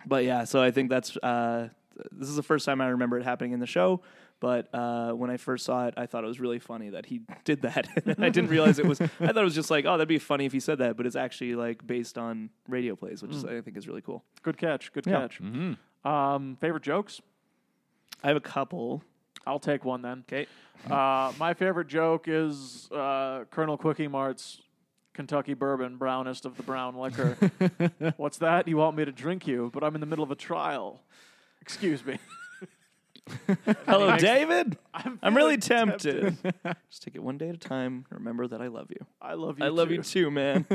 A: But yeah, so I think that's uh, this is the first time I remember it happening in the show. But uh, when I first saw it, I thought it was really funny that he did that. And I didn't realize it was. I thought it was just like, oh, that'd be funny if he said that. But it's actually like based on radio plays, which is, I think is really cool.
B: Good catch. Good
A: Yeah. Mm-hmm.
B: catch. Um, favorite jokes?
A: I have a couple.
B: I'll take one then.
A: Okay.
B: Uh, my favorite joke is uh, Colonel Quickie Mart's Kentucky bourbon, brownest of the brown liquor. What's that? You want me to drink you, but I'm in the middle of a trial. Excuse me.
A: Hello, David.
B: I'm,
A: I'm
B: feeling
A: really tempted. just take it one day at a time. Remember that I love you.
B: I love you.
A: I love
B: too.
A: you too, man.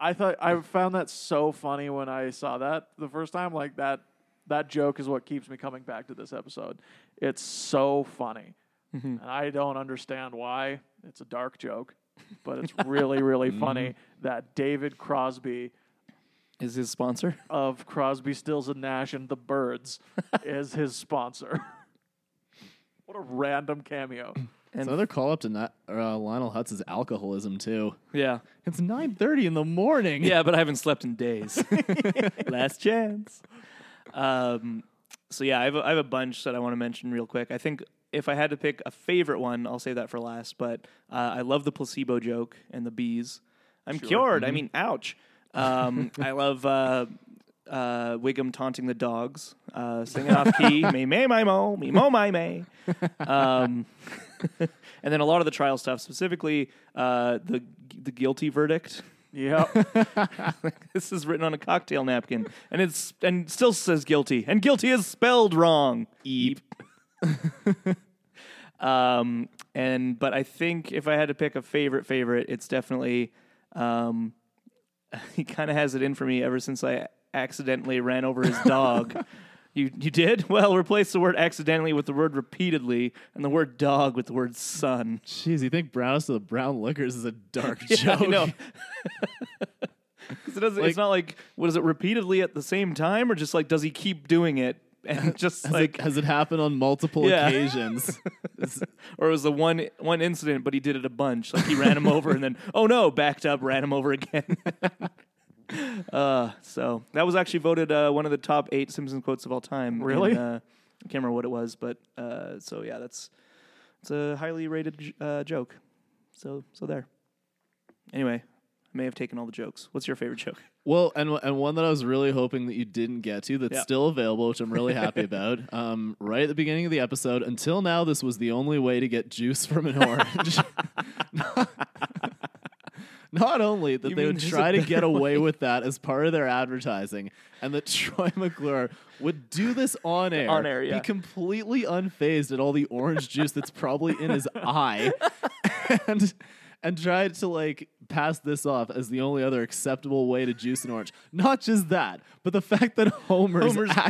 B: I thought I found that so funny when I saw that the first time. Like that, that joke is what keeps me coming back to this episode. It's so funny,
A: Mm-hmm.
B: and I don't understand why. It's a dark joke, but it's really, really
A: Mm-hmm.
B: funny that David Crosby
A: is his sponsor?
B: of Crosby, Stills and Nash and the Birds is his sponsor. what a random cameo!
C: It's another call up to not, uh, Lionel Hutz's alcoholism, too.
A: Yeah.
C: It's 9.30 in the morning.
A: Yeah, but I haven't slept in days. Last chance. Um, so yeah, I have, a, I have a bunch that I want to mention real quick. I think if I had to pick a favorite one, I'll save that for last. But uh, I love the placebo joke and the bees. I'm cured. I mean, ouch. Um, I love uh, uh, Wiggum taunting the dogs, uh, singing off key, me may my mo, me mo my may. Um, and then a lot of the trial stuff, specifically uh, the the guilty verdict
B: Yep,
A: this is written on a cocktail napkin and it's and still says guilty and guilty is spelled wrong eep um and but i think if i had to pick a favorite favorite it's definitely um he kind of has it in for me ever since i accidentally ran over his dog You, you did? Well, replace the word accidentally with the word repeatedly and the word dog with the word son.
C: Jeez, you think brownest of the brown liquors is a dark
A: Yeah,
C: joke?
A: I know. 'Cause it doesn't,
C: Like-
A: it's not like what is it repeatedly at the same time, or just like does he keep doing it and just like,
C: Has it happened on multiple
A: Yeah.
C: occasions? It's-
A: or it was the one one incident, but he did it a bunch. Like he ran him over and then oh no, backed up, ran him over again. uh, so that was actually voted uh, one of the top eight Simpsons quotes of all time.
B: Really?
A: in, uh, I can't remember what it was, but uh, so yeah, that's it's a highly rated j- uh, joke. So so there. Anyway, I may have taken all the jokes. What's your favorite joke?
C: Well, and and one that I was really hoping that you didn't get to that's
A: Yeah.
C: still available, which I'm really happy about. Um, right at the beginning of the episode, until now, this was the only way to get juice from an orange. Not only that
A: You
C: they
A: mean
C: would
A: there's a
C: try to get away with that as part of their advertising, and that Troy McClure would do this on air,
A: On air, yeah.
C: be completely unfazed at all the orange juice that's probably in his eye, and and tried to like pass this off as the only other acceptable way to juice an orange. Not just that, but the fact that Homer's,
A: Homer's currently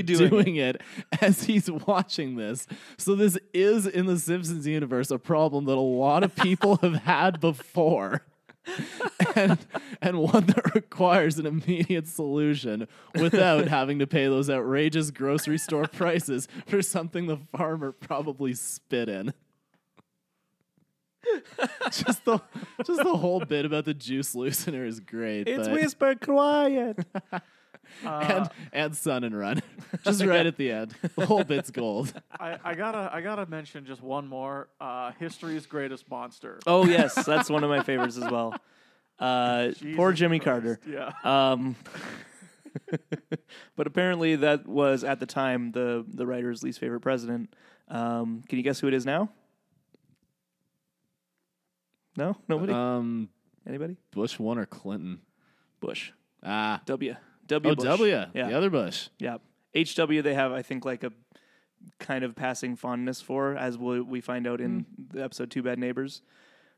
C: actively
A: doing
C: doing, it. as he's watching this. So this is in the Simpsons universe a problem that a lot of people have had before. and, and one that requires an immediate solution without having to pay those outrageous grocery store prices for something the farmer probably spit in just the just the whole bit about the juice loosener is great. but-
A: whisper quiet. Ah.
C: and and sun and run, just right at the end. The whole bit's gold.
B: I, I gotta I gotta mention just one more. Uh, history's greatest monster.
A: oh yes, that's one of my favorites as well. Uh, poor
B: Jesus
A: Jimmy
B: Christ.
A: Carter.
B: Yeah.
A: Um, but apparently that was at the time the the writer's least favorite president. Um, can you guess who it is now? No, nobody.
C: Um,
A: Anybody?
C: Bush one or Clinton?
A: Bush.
C: Ah,
A: W. W.
C: oh
A: Bush.
C: W,
A: Yeah.
C: the other Bush.
A: Yeah. HW they have I think like a kind of passing fondness for as we, we find out in
C: Hmm.
A: the episode Two Bad Neighbors.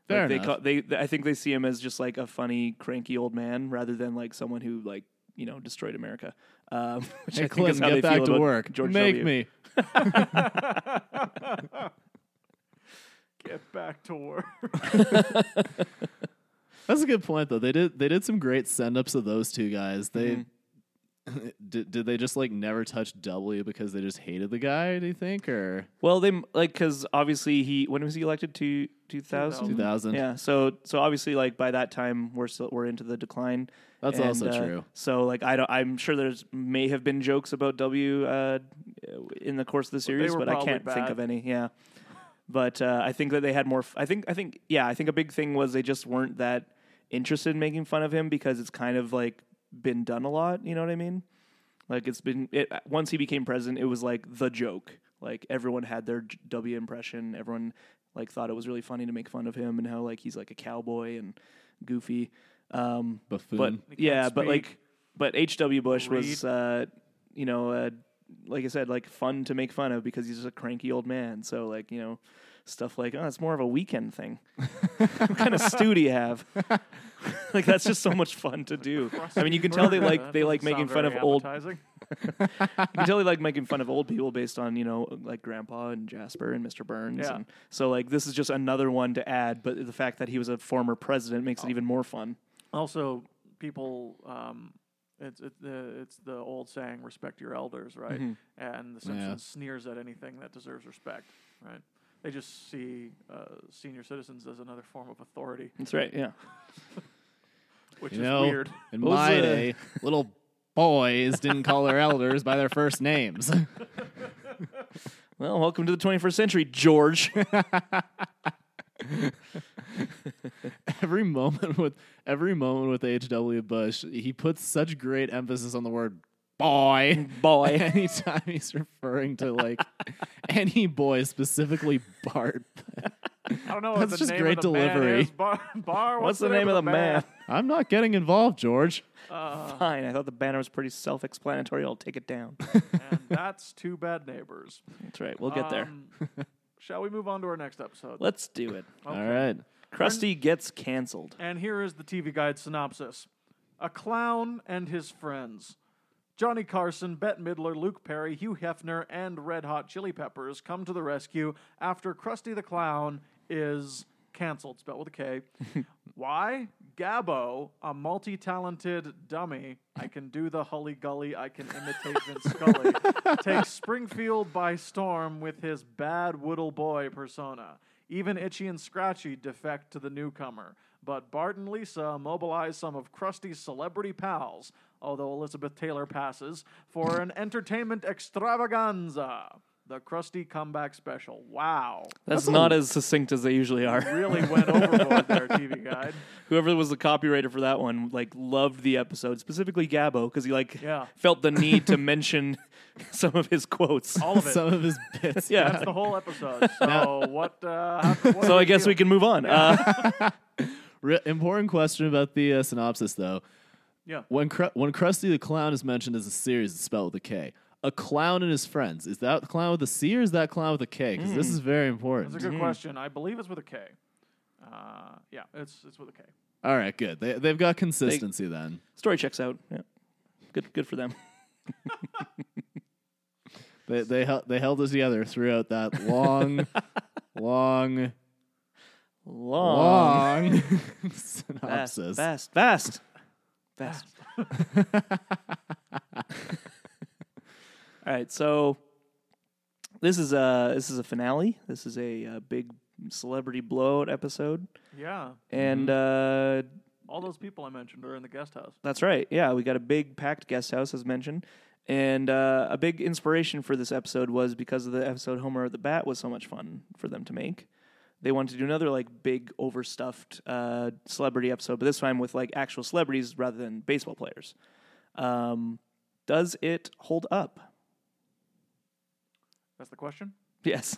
C: Fair
A: like they,
C: enough.
A: ca- they they I think they see him as just like a funny cranky old man rather than like someone who like you know destroyed America. Um, which I
C: Hey,
A: think is
C: Clinton,
A: how they
C: get
A: feel
C: back to
A: about
C: work.
A: George
C: Make
A: W.
C: me.
B: get back to work.
C: That's a good point though. They did they did some great send ups of those two guys. They
A: Mm-hmm.
C: did did they just like never touch W because they just hated the guy? Do you think or
A: Well, they m- like because obviously he when was he elected to two
C: two
A: thousand?
C: thousand?
A: Um, Yeah, so so obviously like by that time we're still we're into the decline.
C: That's
A: And,
C: also
A: uh,
C: true.
A: So like I don't, I'm sure there's may have been jokes about W uh, in the course of the series,
B: were
A: but I
B: probably
A: can't think
B: bad.
A: of any. Yeah, but uh, I think that they had more. F- I think I think yeah, I think a big thing was they just weren't that interested in making fun of him because it's kind of like been done a lot. You know what I mean? Like it's been it once he became president, it was like the joke. Like everyone had their J- W impression. Everyone like thought it was really funny to make fun of him and how like he's like a cowboy and goofy. Um,
C: Buffoon.
A: but
B: They
A: yeah,
B: can't
A: but like,
B: speak.
A: but H. W. Bush was,
B: Read.
A: uh, you know, uh, like I said, like fun to make fun of because he's just a cranky old man. So like, you know, stuff like, oh, it's more of a weekend thing. what kind of stew do you have? like that's just so much fun to do. I mean, you can tell they like
B: That
A: they like
B: doesn't
A: making
B: sound
A: fun of
B: very
A: old. You
B: appetizing.
A: can tell they like making fun of old people based on you know like Grandpa and Jasper and Mr. Burns.
B: Yeah.
A: And so like this is just another one to add, but the fact that he was a former president
B: Oh.
A: makes it even more fun.
B: Also, people, um, it's it, uh, it's the old saying, "Respect your elders," right?
A: Mm-hmm.
B: And The Simpsons sneers at anything that deserves respect, right? They just see uh, senior citizens as another form of authority,
A: That's right. Yeah.
B: which
C: You
B: is
C: know,
B: weird.
C: in
A: What was
C: my
A: the-
C: day, little boys didn't call their elders by their first names.
A: Well, welcome to the 21st century, George.
C: every moment with every moment with H.W. Bush, he puts such great emphasis on the word boy.
A: Mm, Boy.
C: Anytime he's referring to like any boy, specifically Bart.
B: I don't know. what
C: That's
B: the
C: just
B: name
C: great
B: of the man
C: delivery.
B: is. Bar, bar
A: What's the name of the man?
C: I'm not getting involved, George.
A: Fine. I thought the banner was pretty self explanatory. I'll take it down.
B: and that's two bad neighbors.
A: That's right. We'll get there.
B: Um, shall we move on to our next episode?
A: Let's do it.
C: All right.
A: Krusty gets canceled.
B: And here is the TV Guide synopsis A clown and his friends. Johnny Carson, Bette Midler, Luke Perry, Hugh Hefner, and Red Hot Chili Peppers come to the rescue after Krusty the Clown is canceled, spelled with a K. Why? Gabbo, a multi talented dummy, I can do the hully gully, I can imitate Vince Scully, takes Springfield by storm with his bad woodle boy persona. Even Itchy and Scratchy defect to the newcomer, but Bart and Lisa mobilize some of Krusty's celebrity pals, although Elizabeth Taylor passes, for an entertainment extravaganza. The Krusty Comeback Special. Wow.
A: That's, not as succinct as they usually are.
B: Really went overboard there, TV Guide.
A: Whoever was the copywriter for that one, like, loved the episode, specifically Gabbo, because he, like,
B: Yeah.
A: felt the need to mention some of his quotes.
B: All of it.
C: Some of his bits.
A: yeah.
B: That's the whole episode. So what? Uh, how- what do
A: so I guess
B: do?
A: we can move on. Uh,
C: Re- important question about the uh, synopsis, though.
B: Yeah.
C: When Cru- when Krusty the Clown is mentioned as a series, it's spelled with a K. A clown and his friends. Is that clown with a C or is that clown with a K? Because this is very important.
B: That's a good question. I believe it's with a K. Uh, yeah, it's it's with a K.
C: All right, good. They, they've got consistency then.
A: story checks out. Yeah. Good, good for them.
C: They they hel- they held us together throughout that long, long,
A: Long.
C: long
A: Fast,
C: synopsis.
A: fast, fast, fast. All right, so this is a this is a finale. This is a, uh big celebrity blowout episode,
B: Yeah,
A: and uh,
B: all those people I mentioned are in the guest house.
A: that's right. Yeah, we got a big packed guest house as mentioned, and uh, a big inspiration for this episode was because of the episode Homer the Bat was so much fun for them to make. They wanted to do another like big overstuffed uh, celebrity episode, but this time with like actual celebrities rather than baseball players. Um, does it hold up?
B: That's the question.
A: Yes.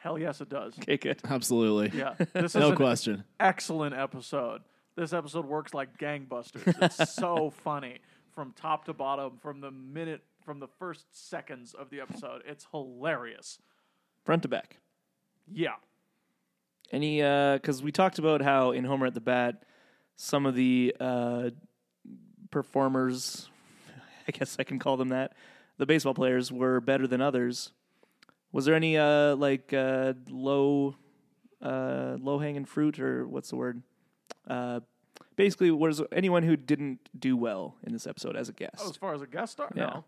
B: Hell yes, it does.
A: okay, good.
C: Absolutely,
B: Yeah, this is
C: no
B: an
C: question.
B: excellent episode. This episode works like gangbusters. It's so funny from top to bottom, from the minute, from the first seconds of the episode. It's hilarious.
A: Front to back.
B: Yeah,
A: Any because uh, we talked about how in Homer at the Bat, some of the uh, performers, I guess I can call them that, the baseball players were better than others. Was there any uh, like uh, low uh, low hanging fruit or what's the word? Uh, basically, was anyone who didn't do well in this episode as a guest.
B: Oh, as far as a guest star,
A: Yeah.
B: no,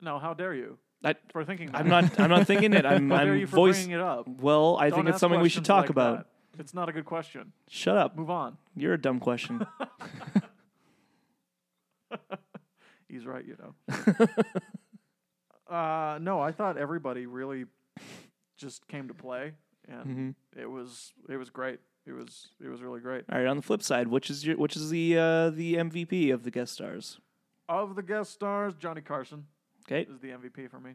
B: no. How dare you
A: I,
B: for thinking? That.
A: I'm not. I'm not thinking it. I'm.
B: How Oh, dare
A: I'm
B: you for
A: voice.
B: bringing it up?
A: Well, I
B: Don't
A: think it's
B: ask
A: something we should
B: questions
A: talk
B: like
A: about.
B: that. It's not a good question.
A: Shut up.
B: Move on.
A: You're a dumb question.
B: He's right, you know. uh, no, I thought everybody really just came to play, and
A: Mm-hmm.
B: it was it was great. It was it was really great.
A: All right. On the flip side, which is your which is the uh, the MVP of the guest stars?
B: Of the guest stars, Johnny Carson
A: Okay,
B: is the MVP for me.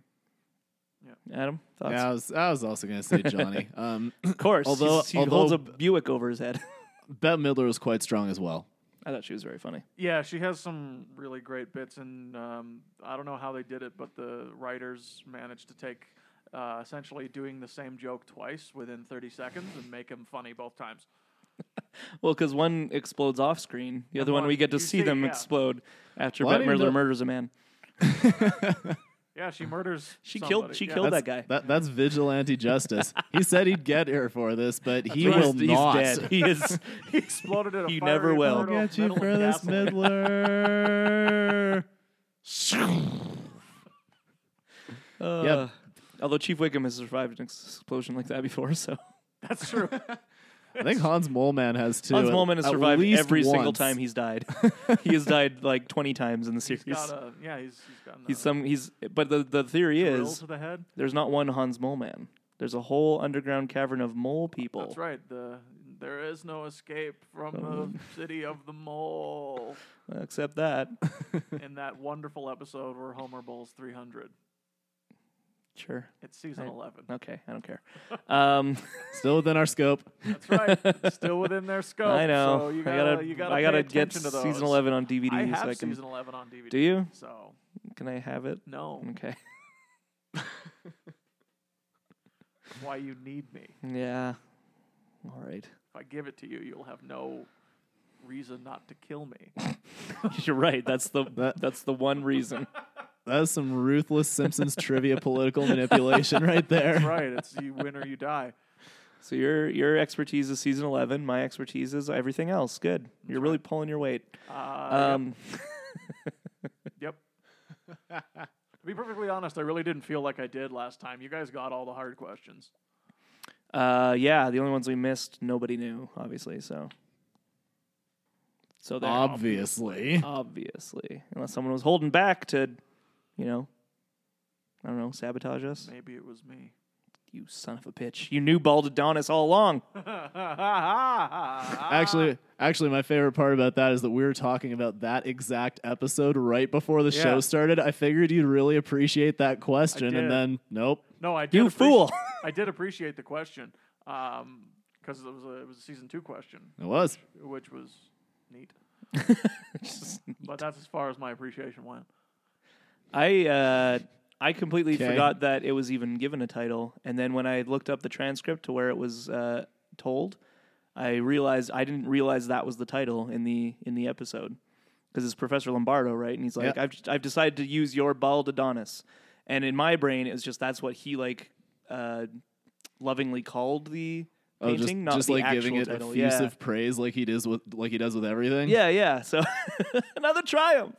A: Adam. Thoughts?
C: Yeah, I was I was also gonna say Johnny. um,
A: Of course.
C: Although-
A: He's- he holds a
C: although-
A: Buick over his head.
C: Bette Midler was quite strong as well.
A: I thought she was very funny.
B: Yeah, she has some really great bits, and um, I don't know how they did it, but the writers managed to take uh, essentially doing the same joke twice within 30 seconds and make him funny both times.
A: Well, because one explodes off screen, the other one
B: one
A: we get to
B: you
A: see
B: see,
A: them
B: yeah.
A: explode after
C: Well, I
A: Bette
C: didn't
A: Midler
C: know-
A: murders a man.
B: Yeah, she murders.
A: She killed-
B: somebody.
A: she
B: Yeah.
A: killed
C: That's-
A: that guy.
C: That, that's vigilante justice. he said he'd get her for this, but he
A: He's-
C: will
A: he's,
C: not.
A: dead. He is.
B: He exploded in a
A: You
B: fiery
A: never will.
B: Middle,
C: Get you
B: middle
C: for this
B: castle.
C: Midler.
A: Uh,
C: Yep.
A: Although Chief Wickham has survived an ex- explosion like that before, so
B: That's true.
C: I think Hans Moleman has too.
A: Hans
C: at-
A: Moleman has
C: at
A: survived
C: least
A: every single
C: once.
A: time he's died. he has died like twenty times in the series.
B: He's got a, yeah, he's, he's got
A: He's some he's but the the theory
B: drill
A: is
B: to the head.
A: there's not one Hans Mole man. There's a whole underground cavern of mole people.
B: That's right. The there is no escape
A: Oh.
B: from the city of the mole
A: Except that.
B: in that wonderful episode where Homer bowls 300.
A: sure.
B: It's season
A: I-
B: 11.
A: Okay, I don't care. Um,
C: Still within our scope.
B: That's right. It's Still within their scope.
A: I know.
B: So you
A: I
B: gotta,
A: gotta,
B: you gotta
A: I
B: pay
A: gotta
B: attention
A: get
B: to those.
A: season eleven on DVD
B: I
A: so
B: have
A: I can.
B: season 11 on DVD.
A: Do you? Mm.
B: So
A: Can I have it?
B: no,
A: Okay.
B: that's why you need me.
A: Yeah. All right.
B: If I give it to you, you'll have no reason not to kill me.
A: You're right. That's the
C: That-
A: that's the one reason.
C: That is some ruthless Simpsons trivia political manipulation right there.
B: That's right. It's you win or you die.
A: So your your expertise is season eleven. My expertise is everything else. Good. You're really pulling your weight.
B: Uh,
A: Um,
B: Yep. to be perfectly honest, I really didn't feel like I did last time. You guys got all the hard questions.
A: uh, yeah. The only ones we missed, nobody knew, obviously. So, so they're
C: Obviously.
A: obviously, unless someone was holding back to, you know, I don't know, sabotage us.
B: Maybe it was me.
A: You son of a bitch! You knew Bald Adonis all along.
C: Actually,
A: Ah.
C: actually, my favorite part about that is that we were talking about that exact episode right before the
B: Yeah.
C: show started. I figured you'd really appreciate that question,
B: did.
C: and then nope.
B: no, I did.
A: You
B: appreci-
A: fool.
B: I did appreciate the question because it was a, it was a season two question,
C: It was.
B: which was neat.
A: Just-
B: But that's as far as my appreciation went.
A: I uh, I completely
C: 'Kay.
A: forgot that it was even given a title, and then when I looked up the transcript to where it was uh, told, I realized I didn't realize that was the title in the in the episode because it's Professor Lombardo, right? And he's like,
C: Yeah.
A: "I've I've decided to use your bald Adonis," and in my brain, it was just that's what he like uh, lovingly called the
C: Oh,
A: painting,
C: just,
A: not
C: just
A: the
C: like
A: actual
C: giving it
A: title.
C: effusive
A: yeah.
C: praise, like he does with like he does with everything.
A: Yeah, yeah. So another triumph.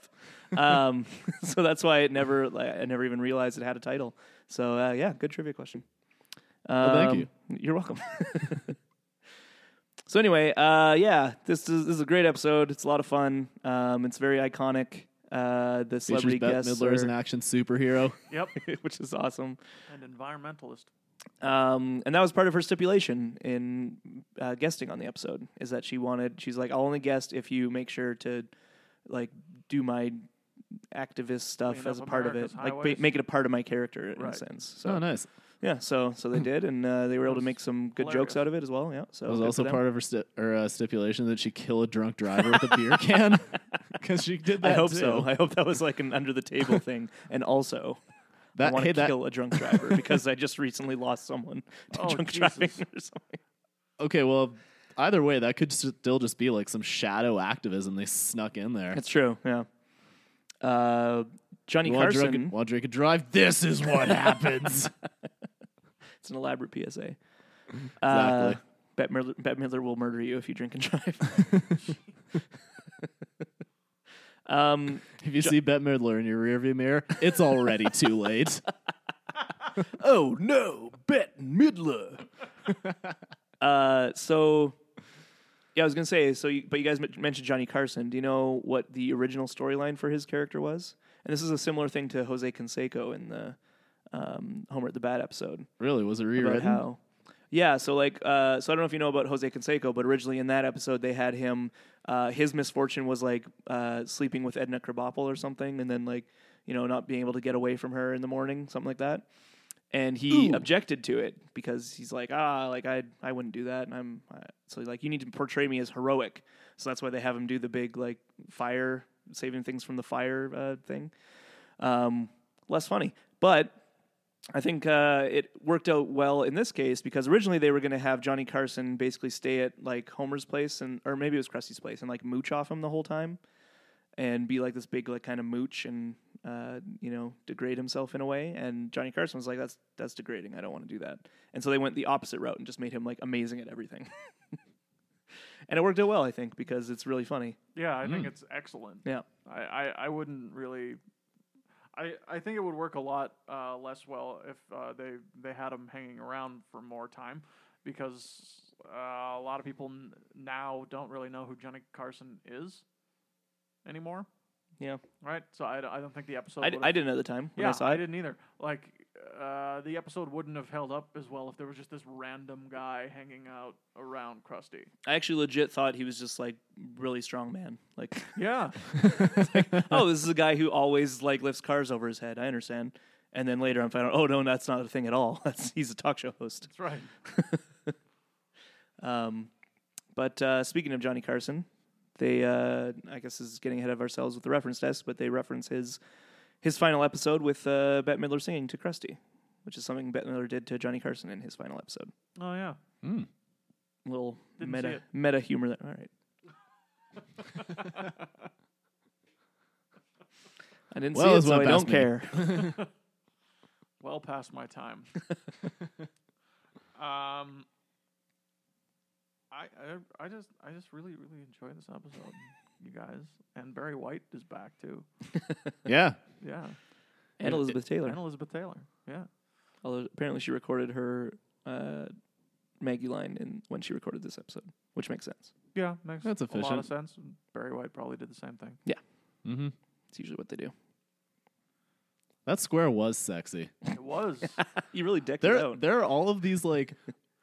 A: Um, so that's why it never, like, I never even realized it had a title. So uh, yeah, good trivia question. Um,
C: thank
A: you. You're welcome. so anyway, uh, yeah, this is this is a great episode. It's a lot of fun. Um, it's very iconic. Uh, the
C: Features
A: celebrity
C: Bette
A: guest,
C: Midler as an action superhero.
B: Yep,
A: which is awesome.
B: and environmentalist.
A: Um, and that was part of her stipulation in uh, guesting on the episode is that she wanted. She's like, I'll only guest if you make sure to like do my activist stuff
B: Clean
A: as a
B: up
A: part
B: America's
A: of it, like
B: highways.
A: ba- make it a part of my character in a
B: Right.
A: sense. So
C: Oh, nice.
A: yeah, so so they did, and uh, they were able to
B: was
A: make some good jokes
B: hilarious.
A: out of it as well. Yeah, so
C: That was
A: good
C: also
A: for them.
C: part of her, sti- her uh, stipulation that she kill a drunk driver with a beer can because she did that.
A: I hope
C: too.
A: so. I hope that was like an under the table thing, and also. I
C: That
A: want
C: hey,
A: to
C: that
A: kill a drunk driver because I just recently lost someone to
B: Oh,
A: drunk
B: Jesus.
A: driving or something.
C: okay. Well, either way, that could still just be like some shadow activism they snuck in there.
A: That's true. Yeah. Uh, Johnny
C: While
A: Carson.
C: drunk, while drink and drive, this is what happens.
A: It's an elaborate PSA. Uh,
C: Exactly.
A: Bette Midler, Bette Midler will murder you if you drink and drive. um,
C: If you see Bette Midler in your rearview mirror, it's already too late.
A: oh no, Bette Midler. uh, so yeah, I was gonna say. So, you, but you guys men- mentioned Johnny Carson. Do you know what the original storyline for his character was? And this is a similar thing to Jose Canseco in the um, Homer at the Bat episode.
C: Really, was it
A: about
C: rewritten?
A: how yeah so like uh, so i don't know if you know about jose canseco but originally in that episode they had him uh, his misfortune was like uh, sleeping with edna krabappel or something and then like you know not being able to get away from her in the morning something like that and he objected to it because he's like ah like i i wouldn't do that and i'm uh, so like you need to portray me as heroic so that's why they have him do the big like fire saving things from the fire uh, thing um, less funny but I think uh, it worked out well in this case because originally they were going to have Johnny Carson basically stay at like Homer's place and or maybe it was Krusty's place and like mooch off him the whole time and be like this big like kind of mooch and uh, you know degrade himself in a way. And Johnny Carson was like, "That's that's degrading. I don't want to do that." And so they went the opposite route and just made him like amazing at everything. and it worked out well, I think, because it's really funny.
B: Yeah, I think it's excellent.
A: Mm. Yeah.
B: I, I, I wouldn't really. I, I think it would work a lot uh, less well if uh, they they had him hanging around for more time, because uh, a lot of people n- now don't really know who Johnny Carson is anymore,
A: Yeah,
B: right? So I, d- I don't think the episode.
A: I, d-
B: would've-
A: I didn't at the time when
B: Yeah,
A: I saw it.
B: didn't either. Like uh, the episode wouldn't have held up as well if there was just this random guy hanging out around Krusty.
A: I actually legit thought he was just like really strong man, like.
B: Yeah,
A: oh, this is a guy who always like lifts cars over his head. I understand. And then later I'm finding out, oh no, that's not a thing at all. That's he's a talk show host.
B: that's right.
A: Um, but uh, speaking of Johnny Carson, they uh, I guess this is getting ahead of ourselves with the reference desk, but they reference his his final episode with uh, Bette Midler singing to Krusty, which is something Bette Midler did to Johnny Carson in his final episode.
B: Oh yeah.
C: Hmm.
A: little
B: Didn't see
A: meta
B: it.
A: meta humor there. All right. I didn't
C: Well,
A: see it,
C: it's
A: so
C: went
A: I
C: past
A: don't
C: me.
A: care.
B: well past my time. um, I, I I just I just really really enjoy this episode, you guys. And Barry White is back too.
C: Yeah.
B: Yeah,
A: and Elizabeth Taylor.
B: and Elizabeth Taylor. Yeah,
A: Although apparently she recorded her uh, Maggie line in when she recorded this episode, which makes sense.
B: yeah, makes
C: That's
B: a lot of
C: efficient.
B: sense. Barry White probably did the same thing.
C: Mm-hmm.
A: It's usually what they do.
C: That square was sexy.
B: It was
A: You really decked it
C: There,
A: out.
C: there are all of these like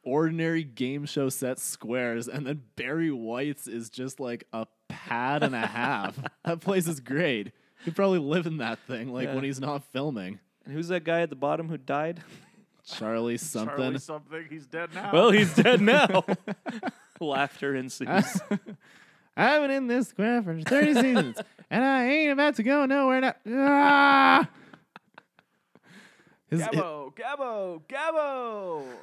C: ordinary game show set squares, and then Barry White's is just like a pad and a half. that place is great. He'd probably live in that thing, like
A: Yeah.
C: when he's not filming.
A: And who's that guy at the bottom who died?
B: Charlie
C: Charlie something.
B: something. He's dead now.
A: well, he's dead now. Laughter ensues.
C: I've been in this square for 30 seasons, and I ain't about to go nowhere now. Ah! His- it-
B: Gabbo, Gabbo, Gabbo.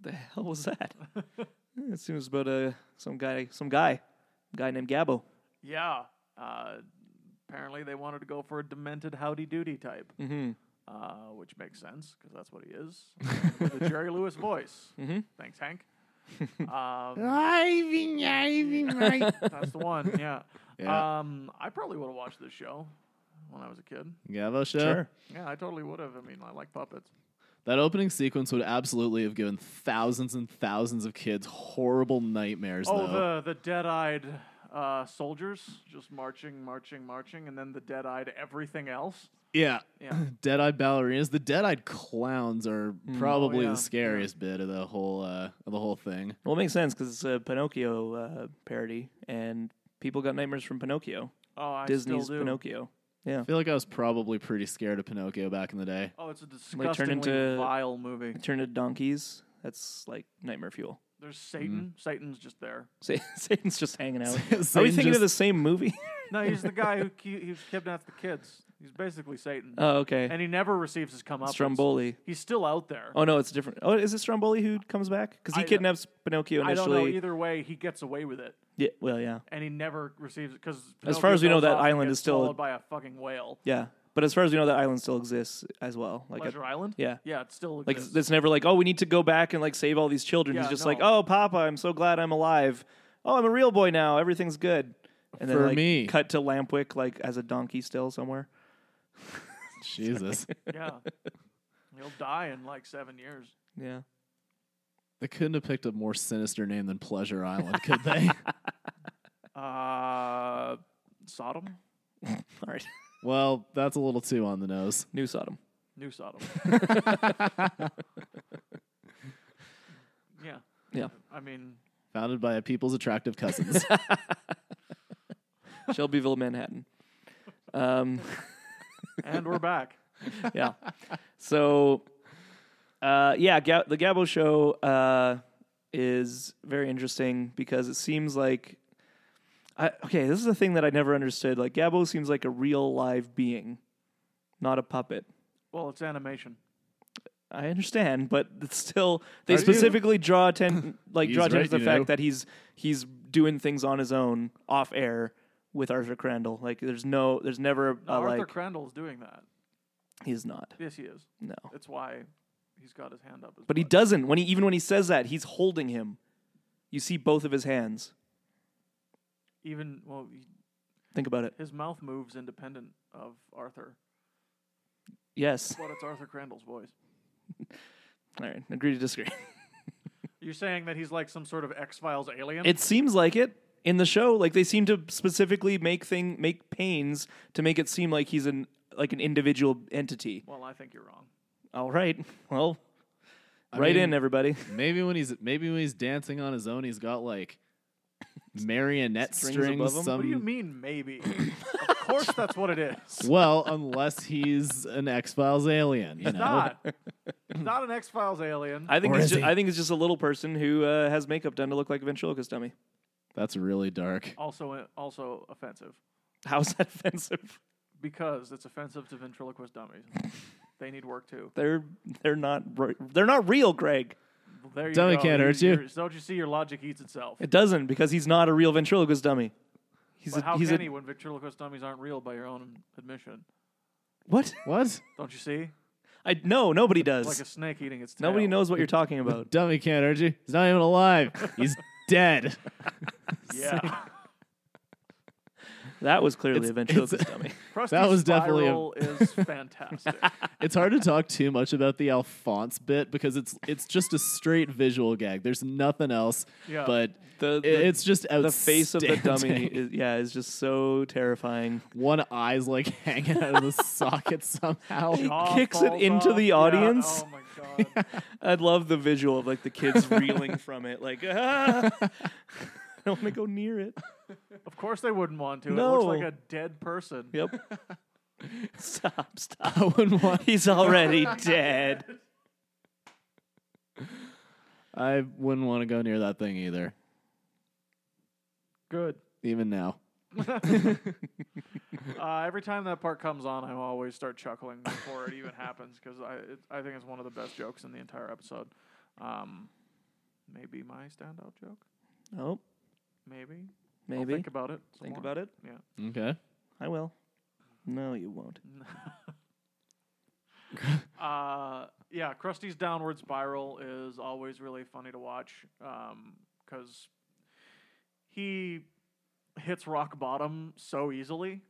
A: the hell was that? it seems about uh, some guy, some guy, guy named Gabbo.
B: Yeah. Uh, apparently, they wanted to go for a demented howdy doody type.
A: Mm-hmm.
B: uh, which makes sense because that's what he is. with a Jerry Lewis voice.
A: Mhm.
B: Thanks, Hank. um,
C: Ivy, Ivy, right.
B: that's the one. Yeah.
C: Yeah.
B: Um, I probably would have watched this show when I was a kid.
C: Gavo show.
A: Sure.
B: Yeah, I totally would have. I mean, I like puppets.
C: That opening sequence would absolutely have given thousands and thousands of kids horrible nightmares,
B: Oh,
C: though.
B: the the dead-eyed uh, soldiers just marching, marching, marching, and then the dead-eyed everything else.
C: yeah.
B: Yeah.
C: Dead eyed ballerinas. The dead eyed clowns
A: Mm,
C: are
A: oh,
C: probably
B: yeah.
C: the scariest bit of the whole uh, of the whole thing.
A: Well, it makes sense because it's a Pinocchio uh, parody, and people got nightmares from Pinocchio.
B: Oh, I
A: Disney's
B: still do.
A: Pinocchio. Yeah.
C: I feel like I was probably pretty scared of Pinocchio back in the day.
B: Oh, it's a disgustingly
A: They turn into-
B: vile movie.
A: Turned to donkeys. That's like nightmare fuel.
B: There's
A: Mm-hmm.
B: Satan. Satan's just there.
A: Sa- Satan's just hanging out. Are
C: Satan
A: we thinking
C: just-
A: of the same movie?
B: No, he's the guy who ki- he kidnaps the kids. He's basically Satan.
A: oh, okay.
B: and he never receives his comeuppance.
A: Stromboli.
B: He's still out there.
A: Oh no, it's different. Oh, is it Stromboli who comes back? Because he
B: I don't-
A: kidnaps Pinocchio
B: I
A: initially.
B: don't know. Either way, he gets away with it,
A: Yeah. Well, yeah.
B: and he never receives it because
A: As far as we know, that island is still-
B: by a fucking whale.
A: Yeah. But as far as we know, that island still exists as well. Like,
B: Pleasure Island.
A: yeah,
B: Yeah, it still
A: like
B: exists.
A: it's never like, oh, we need to go back and like save all these children.
B: Yeah,
A: He's just
B: no.
A: like, oh, Papa, I'm so glad I'm alive. Oh, I'm a real boy now. Everything's good. And then
C: For
A: like
C: me.
A: cut to Lampwick like as a donkey still somewhere.
C: Jesus.
B: yeah. He'll die in like seven years.
A: Yeah.
C: They couldn't have picked a more sinister name than Pleasure Island, could they?
B: Uh, Sodom,
A: All right.
C: well, that's a little too on the nose.
A: New Sodom.
B: New Sodom. yeah.
A: Yeah.
B: I mean,
C: Founded by a people's attractive cousins.
A: Shelbyville, Manhattan. Um,
B: and we're back.
A: yeah. So, uh, yeah, Ga- the Gabo show uh, is very interesting because it seems like. I, okay, this is the thing that I never understood. Like, Gabo seems like a real live being, not a puppet.
B: Well, it's animation.
A: I understand, but it's still they
C: Are you?
A: specifically draw attention like
C: He's
A: draw attention
C: right,
A: to the
C: you
A: fact
C: know.
A: that he's he's doing things on his own off air with Arthur Crandall. Like, there's no, there's never
B: No,
A: a,
B: Arthur
A: Uh, like
B: Crandall's doing that.
A: he's not.
B: Yes, he is.
A: No,
B: That's why he's got his hand up. His
A: But he
B: butt.
A: doesn't. When he even when he says that, he's holding him. You see both of his hands.
B: even well, he,
A: Think about it.
B: his mouth moves independent of Arthur,
A: Yes.
B: but it's Arthur Crandall's voice.
A: All right. Agree to disagree.
B: You're saying that he's like some sort of X Files alien?
A: it seems like it in the show. Like they seem to specifically make thing make pains to make it seem like he's an like an individual entity.
B: well, I think you're wrong.
A: All right. Well, right
C: mean-
A: in everybody.
C: maybe when he's maybe when he's dancing on his own, he's got like marionette
A: Strings
C: strings.
A: above him?
C: some,
B: What do you mean, maybe? of course, that's what it is. It's
C: Well, unless he's an X Files alien, you know.
B: not. It's not an X Files alien.
A: I think
C: Or
A: it's
C: is
A: just,
C: he?
A: I think it's just a little person who uh, has makeup done to look like a ventriloquist dummy.
C: That's really dark.
B: also, uh, also offensive
A: How's that offensive?
B: because it's offensive to ventriloquist dummies. they need work too.
A: They're they're not re- they're not real, Greg.
B: Well, there you
C: Dummy
B: go.
C: can't
B: You-
C: hurt you.
B: you're- Don't you see your logic eats itself?
A: It doesn't because he's not a real ventriloquist dummy. He's
B: But
A: a,
B: how
A: he's
B: can
A: a,
B: he when ventriloquist dummies aren't real by your own admission?
A: what?
C: What?
B: Don't you see?
A: I no, nobody does.
B: It's like a snake eating its tail.
A: nobody knows what you're talking about.
C: Dummy can't hurt you. He's not even alive. He's dead.
B: Yeah.
A: That was clearly
C: It's-
A: a ventriloquist dummy.
B: Krusty's
C: That was definitely a-
B: spiral is fantastic.
C: It's hard to talk too much about the Alphonse bit because it's it's just a straight visual gag. There's nothing else.
B: Yeah.
C: But
A: The,
C: i- it's just
A: the face of the dummy
C: outstanding.
A: is yeah is just so terrifying.
C: One eye's like hanging out of the socket somehow.
B: Jaw
A: kicks it
B: falls
A: into
B: off.
A: the
B: Yeah,
A: audience.
B: Oh my god.
A: I love the visual of like the kids reeling from it. Like ah, I don't want to go near it.
B: Of course they wouldn't want to. It
A: No.
B: looks like a dead person.
A: Yep. Stop! Stop!
C: I wouldn't want.
A: He's already dead.
C: I wouldn't want to go near that thing either.
B: Good.
C: Even now.
B: Uh, every time that part comes on, I always start chuckling before it even happens because I it, I think it's one of the best jokes in the entire episode. Um, maybe my standout joke.
A: Oh,
B: Maybe. I'll
A: maybe
B: think about it. some
A: think
B: more.
A: about it.
C: Okay.
A: I will. No, you won't.
B: Uh, yeah, Krusty's downward spiral is always really funny to watch because he hits rock bottom so easily.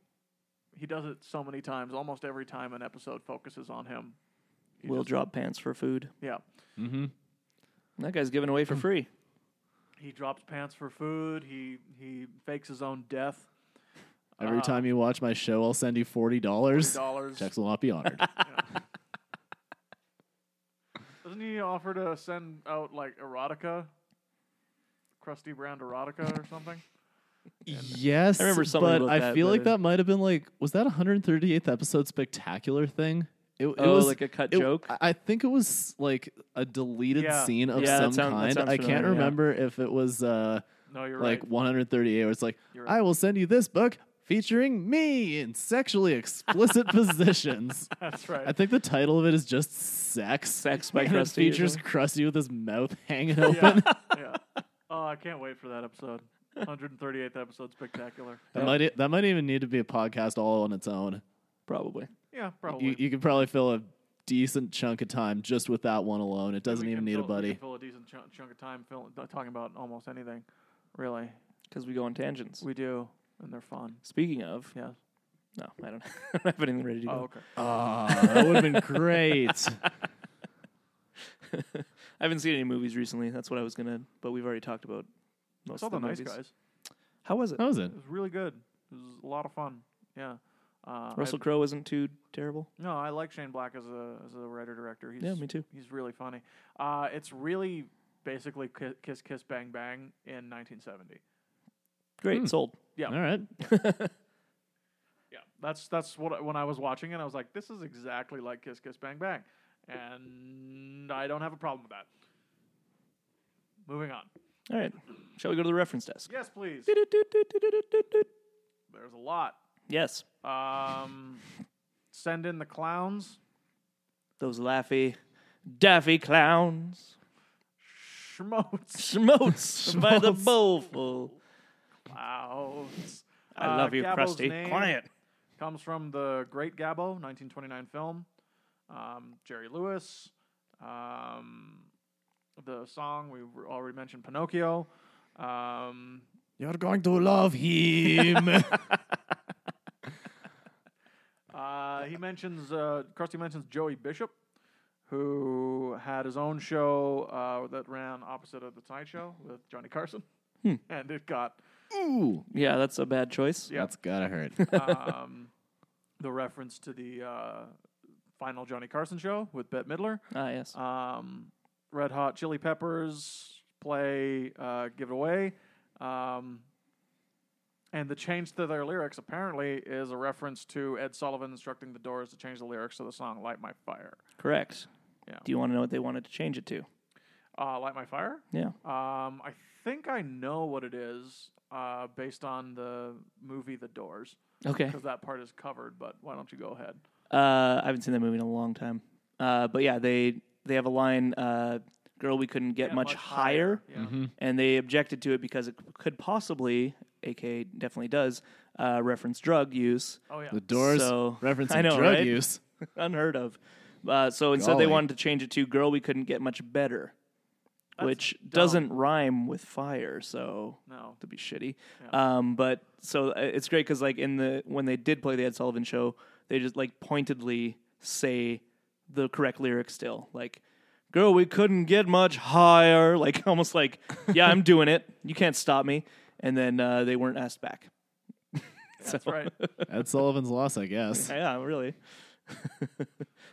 B: He does it so many times. Almost every time an episode focuses on him. He
A: We'll
B: just-
A: drop pants for food.
B: Yeah.
C: Mm-hmm.
A: That guy's giving away for free.
B: He drops pants for food. He he fakes his own death.
C: Every
B: Uh,
C: time you watch my show, I'll send you forty dollars.
B: dollars.
C: Checks will not be honored.
B: Doesn't he offer to send out like erotica, Krusty brand erotica or something?
C: yes,
A: I remember something
C: but
A: about
C: I
A: that,
C: feel like
A: but-
C: that might have been like was that 138th episode spectacular thing? It, it
A: Oh,
C: was
A: like a cut
C: it-
A: joke?
C: I- I think it was like a deleted
B: Yeah.
C: scene of
A: Yeah, that
C: some
A: sound- that
C: kind.
A: sounds
C: I can't
A: familiar, yeah.
C: remember if it was uh,
B: No, you're
C: like
B: right.
C: 138 where it's like
B: You're right.
C: I will send you this book featuring me in sexually explicit positions.
B: That's right.
C: I think the title of it is just sex.
A: Sex by
C: and it
A: Krusty or
C: features
A: something.
C: Krusty with his mouth hanging
B: yeah.
C: open.
B: yeah. Oh, I can't wait for that episode. 138th episode, spectacular.
C: e, That might that might even need to be a podcast all on its own.
A: Probably.
B: Yeah, probably.
C: You, you could probably fill a decent chunk of time just with that one alone. It doesn't
B: We
C: even
B: can
C: need
B: fill, we can
C: a buddy.
B: fill a decent chunk, chunk of time fill, uh, talking about almost anything, really.
A: because we go on tangents.
B: We do, and they're fun.
A: Speaking of,
B: Yeah.
A: no, I don't, I don't have anything ready to go.
B: Oh, okay.
C: Ah, that would have been great.
A: I haven't seen any movies recently. That's what I was gonna. But we've already talked about
B: I
A: most
B: saw
A: of
B: the
A: the
B: nice
A: movies. Oh,
B: guys.
A: How was it?
C: That was it.
B: It was really good. It was a lot of fun. Yeah. Uh, I-
A: Russell Crowe wasn't too terrible.
B: no, I like Shane Black as a as a writer director. He's
A: Yeah, me too.
B: he's really funny. Uh, it's really basically Ki- Kiss Kiss Bang Bang in 1970.
A: Great,
C: Hmm.
A: sold.
B: Yeah.
C: All right.
B: Yeah, that's that's what I- when I was watching it, I was like, this is exactly like Kiss Kiss Bang Bang, and I don't have a problem with that. Moving on.
A: All right, shall we go to the reference desk?
B: Yes, please.
A: Do-do-do-do-do-do-do-do.
B: There's a lot.
A: Yes,
B: Um, send in the clowns.
A: those laffy, daffy clowns,
B: Schmotes.
A: schmotes by the
C: Schmotes.
A: bowlful.
B: Clowns.
A: I
B: Uh,
A: love you,
B: Gabbo's
A: Krusty.
B: name
A: Quiet.
B: Comes from the Great Gabbo, 1929 film. Um, Jerry Lewis. Um, the song we were- already mentioned, Pinocchio. Um,
C: You're going to love him.
B: Uh, he mentions uh, Krusty mentions Joey Bishop, who had his own show uh, that ran opposite of the Tonight Show with Johnny Carson, and it got
C: Ooh,
A: Yeah, Uh, that's a bad choice.
B: Yeah.
C: that's gotta hurt.
B: um, the reference to the uh, final Johnny Carson show with Bette Midler.
A: Ah, yes.
B: Um, Red Hot Chili Peppers play uh, "Give It Away," um, and the change to their lyrics apparently is a reference to Ed Sullivan instructing the Doors to change the lyrics to the song "Light My Fire."
A: Correct.
B: Yeah.
A: Do you want to know what they wanted to change it to?
B: Uh, "Light My Fire."
A: Yeah.
B: Um, I think I know what it is uh, based on the movie The Doors
A: Okay.
B: because that part is covered. But why don't you go ahead?
A: Uh, I haven't seen that movie in a long time. Uh, but yeah, they they have a line, uh, "Girl, we couldn't get, much, higher,"
B: Yeah.
A: and they objected to it because it could possibly, aka definitely does, uh, reference drug use,
B: Oh yeah.
C: The doors
A: So-
C: referencing
A: I know,
C: drug
A: right?
C: use.
A: unheard of. Uh, so instead,
C: Golly.
A: they wanted to change it to "Girl, we couldn't get much better," which doesn't rhyme with fire. So
B: no.
A: to be shitty. Um, but so uh, it's great because like in the when they did play the Ed Sullivan show, they just like pointedly say the correct lyrics still. Like, girl, we couldn't get much higher. Like almost like, yeah, I'm doing it. You can't stop me. And then uh, they weren't asked back.
B: That's right.
C: Ed Sullivan's loss, I guess.
A: Yeah, really.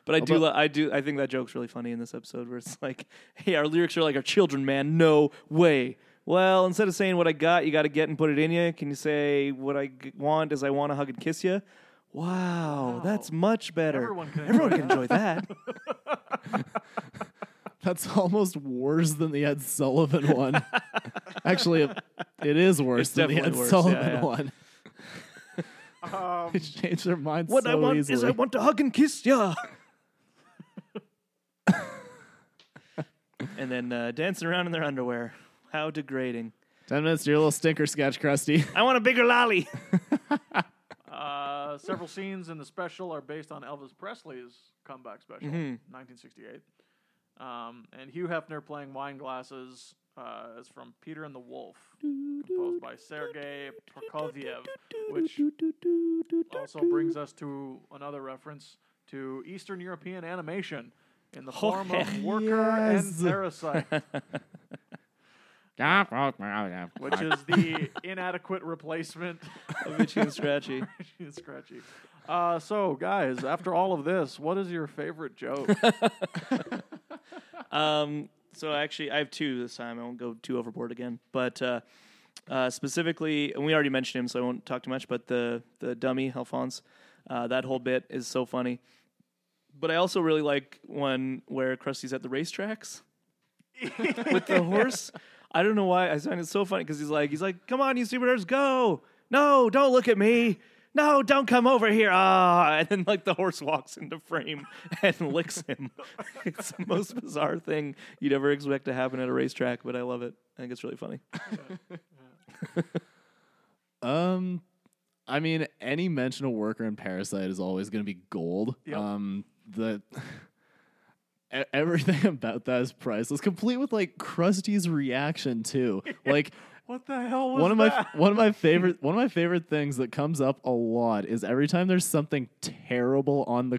A: but I do,
C: Although-
A: lo- I do, I think that joke's really funny in this episode where it's like, "Hey, our lyrics are like our children, man. No way." Well, instead of saying what I got, you got to get and put it in you. Can you say what I g- want is I want to hug and kiss you? Wow,
B: Wow.
A: that's much better.
B: Everyone can
A: Everyone
B: enjoy
A: can enjoy that.
C: That's almost worse than the Ed Sullivan one. Actually, it, it is worse
A: It's
C: than the Ed
A: definitely worse, yeah,
C: Sullivan
A: yeah.
C: one.
B: Um,
C: They changed their minds
A: what
C: so
A: I want
C: easily.
A: is I want to hug and kiss ya. and then uh, dancing around in their underwear. How degrading.
C: Ten minutes to your little stinker sketch, Krusty.
A: I want a bigger lolly.
B: Uh, several scenes in the special are based on Elvis Presley's comeback special,
A: Mm-hmm.
B: 1968. Um, and Hugh Hefner playing Wine Glasses uh, is from Peter and the Wolf, composed by Sergei Prokofiev, which also brings us to another reference to Eastern European animation in the form of Worker
C: yes.
B: and Parasite, which is the inadequate replacement
A: of Itchy and Scratchy.
B: It's scratchy. Uh, so, guys, after all of this, what is your favorite joke?
A: Um, so actually, I have two this time. I won't go too overboard again. But uh, uh, specifically, and we already mentioned him, so I won't talk too much. But the the dummy Alphonse, uh, that whole bit is so funny. But I also really like one where Krusty's at the racetracks with the horse. I don't know why. I find it so funny because he's like, he's like, "Come on, you superheroes, go! No, don't look at me! No, don't come over here!" Ah, and then like the horse walks into frame and licks him. it's the most bizarre thing you'd ever expect to happen at a racetrack, but I love it. I think it's really funny.
C: Um, I mean, any mention of worker and parasite is always going to be gold.
B: Yep.
C: Um, the e- everything about that is priceless, complete with like Krusty's reaction too. Like
B: What the hell was
C: one of
B: that?
C: my one of my favorite one of my favorite things that comes up a lot is every time there's something terrible on the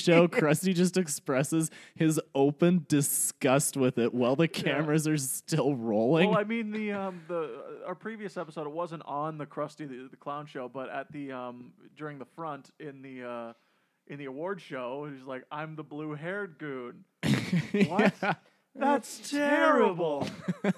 C: show, Krusty just expresses his open disgust with it while the cameras are still rolling.
B: Well, I mean the um the our previous episode it wasn't on the Krusty the, the Clown show, but at the um during the front in the uh in the award show, he's like, "I'm the blue haired goon." What? That's terrible,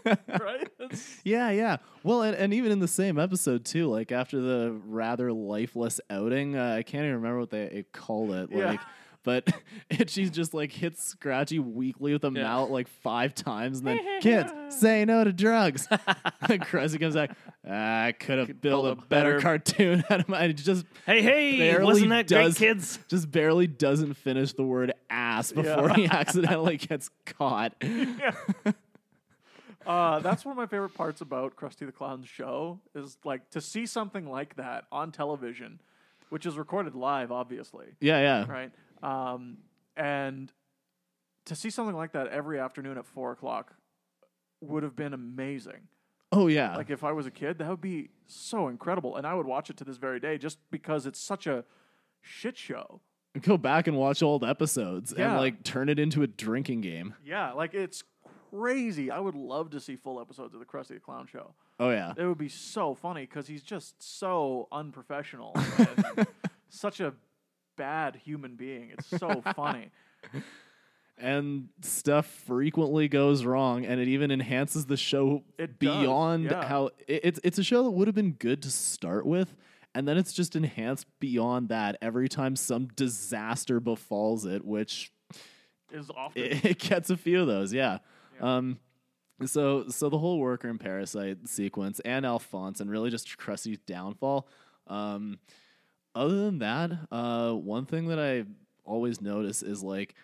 B: right? That's-
C: Yeah, yeah. Well, and, and even in the same episode too, like after the rather lifeless outing, uh, I can't even remember what they it called it.
B: Yeah.
C: Like, but it, she just like hits Scratchy weakly with a
A: Yeah.
C: mallet like five times, and then kids say no to drugs. and Krusty comes back. I could have built a
A: build a
C: better,
A: better-
C: cartoon out of my. It just
A: Hey, hey,
C: barely
A: wasn't that great,
C: does-
A: kids?
C: Just barely doesn't finish the word ass before he accidentally gets caught.
B: uh, that's one of my favorite parts about Krusty the Clown's show is like to see something like that on television, which is recorded live, obviously.
C: Yeah, yeah.
B: right? Um, and to see something like that every afternoon at four o'clock would have been amazing.
C: Oh yeah.
B: Like if I was a kid, that would be so incredible, and I would watch it to this very day just because it's such a shit show.
C: go back and watch old episodes
B: Yeah.
C: and like turn it into a drinking game.
B: Yeah, like it's crazy. I would love to see full episodes of the Krusty the Clown show.
C: Oh yeah.
B: It would be so funny because he's just so unprofessional, and such a bad human being. It's so funny.
C: And stuff frequently goes wrong and it even enhances the show
B: It does,
C: beyond
B: yeah.
C: how it, it's it's a show that would have been good to start with and then it's just enhanced beyond that every time some disaster befalls it which
B: Is often
C: it, it gets a few of those, yeah. Um, so so the whole worker and parasite sequence and Alphonse and really just Krusty's downfall. Um, other than that, uh, one thing that I always notice is like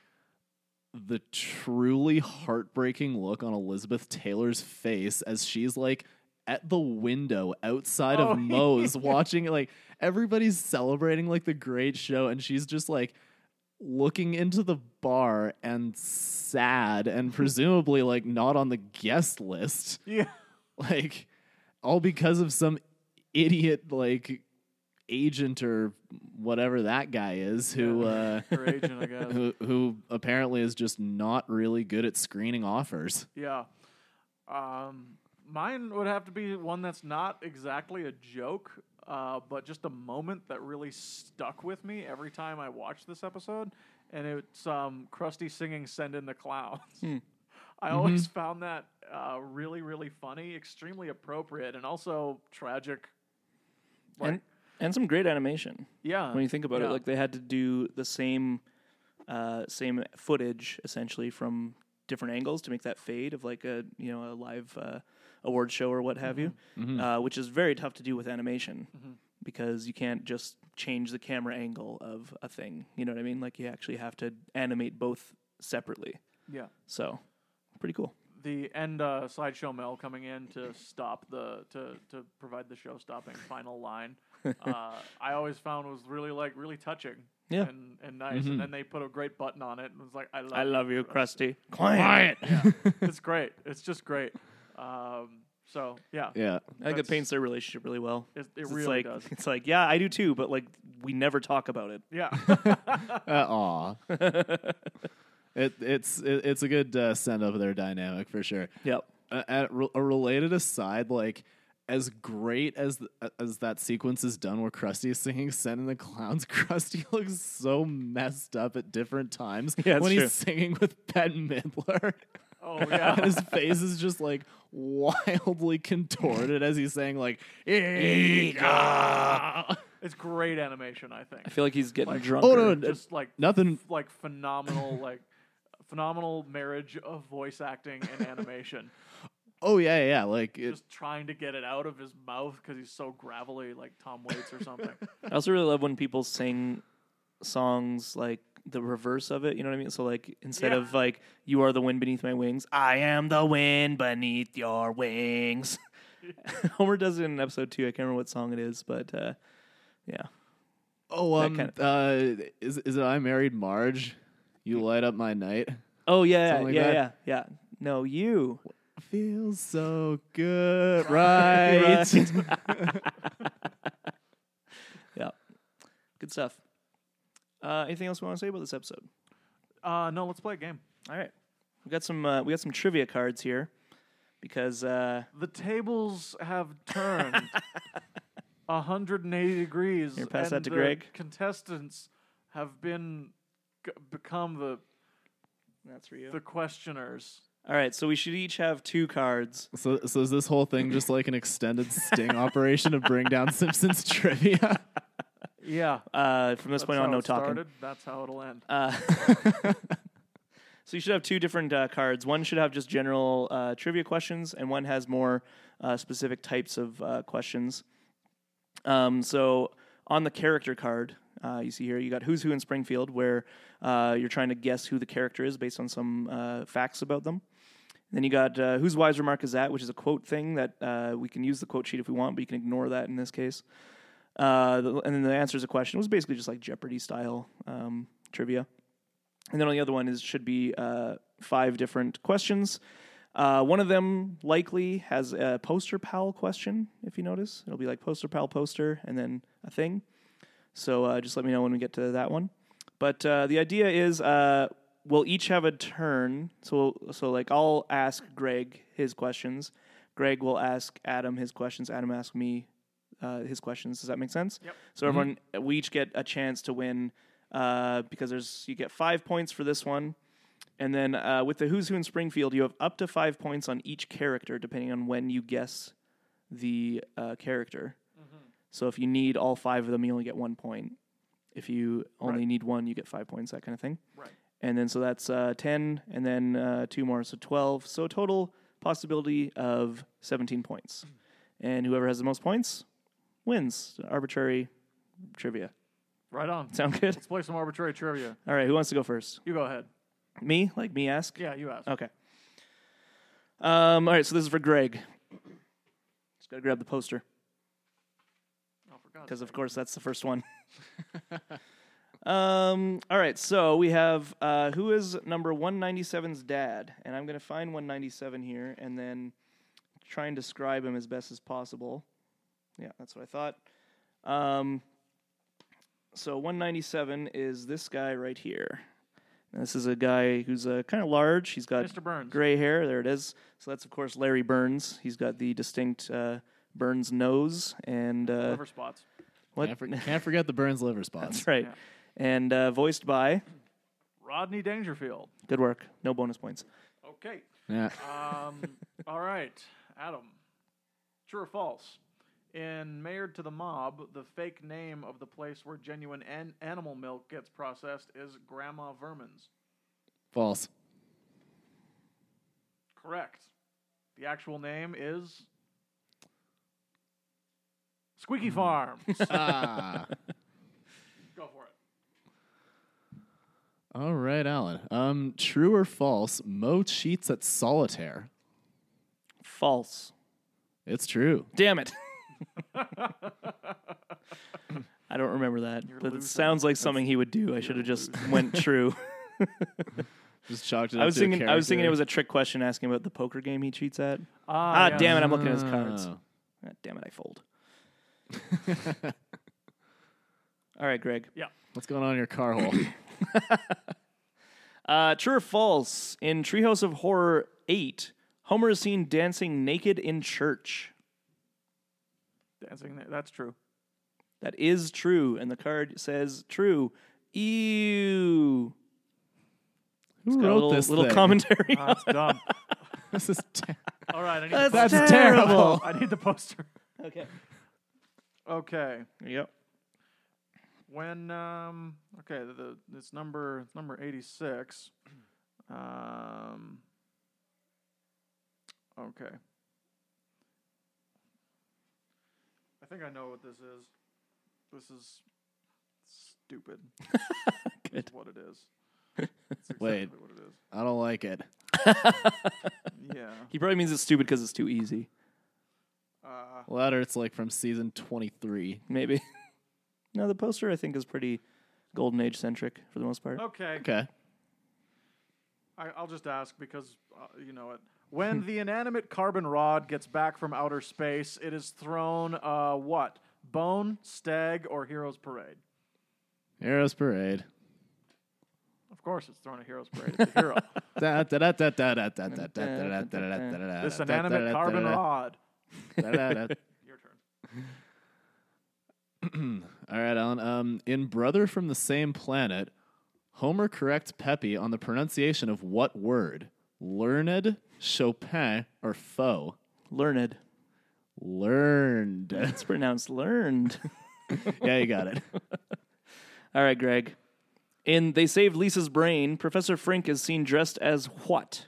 C: the truly heartbreaking look on Elizabeth Taylor's face as she's like at the window outside
B: Oh,
C: of Moe's watching it like everybody's celebrating like the great show and she's just like looking into the bar and sad and presumably like not on the guest list
B: yeah.
C: like all because of some idiot like agent or whatever that guy is who uh
B: Her agent, I guess.
C: who who apparently is just not really good at screening offers
B: Yeah. Um, mine would have to be one that's not exactly a joke, uh, but just a moment that really stuck with me every time I watched this episode. And it's um, Krusty singing Send in the Clowns.
A: Hmm.
B: I
A: Mm-hmm.
B: always found that uh, really, really funny, extremely appropriate, and also tragic. Like,
A: And, and some great animation.
B: yeah.
A: when you think about
B: Uh, yeah.
A: it like they had to do the same uh, same footage essentially from different angles to make that fade of like a you know a live uh, award show or what have you Uh, which is very tough to do with animation
B: Mm-hmm.
A: because you can't just change the camera angle of a thing you know what i mean like you actually have to animate both separately
B: yeah.
A: so pretty cool
B: the end uh, sideshow Mel coming in to stop the to to provide the show stopping final line. Uh, I always found was really like really touching.
A: Yeah.
B: And, and nice, and then they put a great button on it, and was like, Mm-hmm. "I love,
A: Krusty.
B: it's great. It's just great. Um, so yeah,
C: yeah
A: I think
B: That's-
A: it paints their relationship really well.
B: It- it
A: 'Cause
B: really
A: it's like,
B: does.
A: It's like, yeah, I do too, but like we never talk about it.
B: yeah,
C: uh, aw it, it's it, it's a good uh, send up of their dynamic for sure
A: Yep.
C: a, at re- a related aside, like as great as th- as that sequence is done, where Krusty is singing "Send in the Clowns," Krusty looks so messed up at different times
A: Yeah, it's
C: when
A: true.
C: he's singing with Ben Midler.
B: oh
C: and
B: yeah,
C: his face is just like wildly contorted as he's saying like "Eega."
B: it's great animation. I think
A: I feel like he's getting drunk.
C: Oh no, no,
B: just like
C: nothing.
B: like phenomenal like phenomenal marriage of voice acting and animation.
C: Oh yeah, yeah. Like it,
B: just trying to get it out of his mouth because he's so gravelly, like Tom Waits or something.
A: I also really love when people sing songs like the reverse of it. You know what I mean? So like instead
B: Yeah.
A: of like "You are the wind beneath my wings," I am the wind beneath your wings. Homer does it in episode two. I can't remember what song it is, but uh, Yeah.
C: Oh,
A: That
C: um,
A: kind
C: uh, is is it I married Marge? You light up my night.
A: Oh yeah,
C: Something like
A: yeah,
C: that?
A: yeah, yeah. No, you.
C: Feels so good, right?
A: Yeah. Good stuff. Uh, anything else we want to say about this episode?
B: Uh, no, let's play a game.
A: All right. We got some uh, we got some trivia cards here because uh,
B: The tables have turned 180 degrees.
A: Here, pass that
B: and
A: to
B: the
A: Greg.
B: Contestants have been g- become the
A: that's for you.
B: the questioners.
A: All right, so we should each have two cards.
C: so, so is this whole thing just like an extended sting operation to bring down Simpsons trivia?
B: Yeah.
A: Uh, from this
B: That's
A: point
B: how
A: on, no
B: it
A: talking.
B: started. That's how it'll end.
A: Uh, so you should have two different uh, cards. One should have just general uh, trivia questions, and one has more uh, specific types of uh, questions. Um, so on the character card, uh, you see here, you got Who's Who in Springfield, where uh, you're trying to guess who the character is based on some uh, facts about them. Then you got uh, Whose Wise Remark Is That, which is a quote thing that uh, we can use the quote sheet if we want, but you can ignore that in this case. Uh, the- and then the answers a question. It was basically just like Jeopardy style um, trivia. And then on the other one is should be uh, five different questions. Uh, one of them likely has a poster pal question. If you notice, it'll be like poster pal poster, and then a thing. So uh, just let me know when we get to that one. But uh, the idea is uh, we'll each have a turn. So so like I'll ask Greg his questions. Greg will ask Adam his questions. Adam asks me uh, his questions. Does that make sense? Yep. So everyone, we each get a chance to win uh, because there's you get five points for this one, and then uh, with the Who's Who in Springfield, you have up to five points on each character depending on when you guess the uh, character. So if you need all five of them, you only get one point. If you only need one, you get five points. That kind of thing.
B: Right.
A: And then so that's uh, ten, and then uh, two more, so twelve. So total possibility of seventeen points, and whoever has the most points wins. Arbitrary trivia.
B: Right on.
A: Sound good?
B: Let's play some arbitrary trivia.
A: All right, who wants to go first?
B: You go ahead.
A: Me? Like me ask?
B: Yeah, you ask.
A: Okay. Um, all right, so this is for Greg. Just gotta grab the poster
B: Oh, for God's
A: because,
B: sake.
A: of course, that's the first one. um, all right, so we have uh, who is number 197's dad, and I'm gonna find 197 here and then try and describe him as best as possible. Yeah, that's what I thought. Um, so 197 is this guy right here. And this is a guy who's uh, kind of large. He's got
B: Mr. Burns.
A: gray hair. There it is. So that's of course Larry Burns. He's got the distinct uh, Burns nose and uh,
B: Liver spots.
A: what?
C: Can't, for- can't forget the Burns liver spots.
A: That's right.
B: Yeah.
A: And uh, voiced by.
B: Rodney Dangerfield.
A: Good work. No bonus points.
B: Okay.
C: Yeah.
B: Um, all right, Adam. True or false? In Mayored to the Mob, the fake name of the place where genuine an- animal milk gets processed is Grandma Vermin's.
C: False.
B: Correct. The actual name is Squeaky Farm.
C: Ah.
B: Go for it.
C: All right, Alan. Um, true or false? Mo cheats at solitaire.
A: False.
C: It's true.
A: Damn it. I don't remember that, but
B: losing.
A: it sounds like something he would do. I should have just went true.
C: Just chalked it.
A: I
C: up
A: was
C: to a
A: thinking. I was thinking it
C: character.
A: was a trick question asking about the poker game he cheats at.
B: Ah,
A: Ah, damn it! I'm looking at his cards.
C: Oh.
A: Ah, damn it! I fold. All right, Greg.
C: What's going on in your car hole?
A: Uh, true or false? In Treehouse of Horror 8, Homer is seen dancing naked in church.
B: Dancing. Na- That's true.
A: That is true, and the card says true. Ew. Got
C: Who
A: a
C: wrote
A: little,
C: this
A: little
C: thing?
A: commentary.
B: Ah, That's dumb.
C: This is ter-
B: All right, I need the
A: That's
B: poster.
C: That's terrible.
B: I need the poster.
A: okay.
B: Okay.
A: Yep.
B: when um okay the, the it's number it's number 86 um okay i think i know what this is this is stupid
A: Good.
B: is what it is That's exactly
C: Wait.
B: what it is
C: I don't like it.
B: yeah
A: He probably means it's stupid because it's too easy.
B: uh
C: Well, that it's like from season 23.
A: Maybe. No, the poster I think is pretty golden age centric for the most part.
B: Okay.
C: Okay.
B: I, I'll just ask because uh, you know it. When the inanimate carbon rod gets back from outer space, it is thrown uh, what? Bone, stag, or heroes parade?
C: Heroes Parade.
B: Of course, it's thrown a heroes parade. It's a hero.
C: This
B: this inanimate carbon rod. Your turn.
C: All right, Alan. Um, in Brother from the Same Planet, Homer corrects Pepe on the pronunciation of what word? Learned, Chopin, or foe?
A: Learned.
C: Learned.
A: It's pronounced learned.
C: yeah, you got it.
A: All right, Greg. In They Saved Lisa's Brain, Professor Frink is seen dressed as what?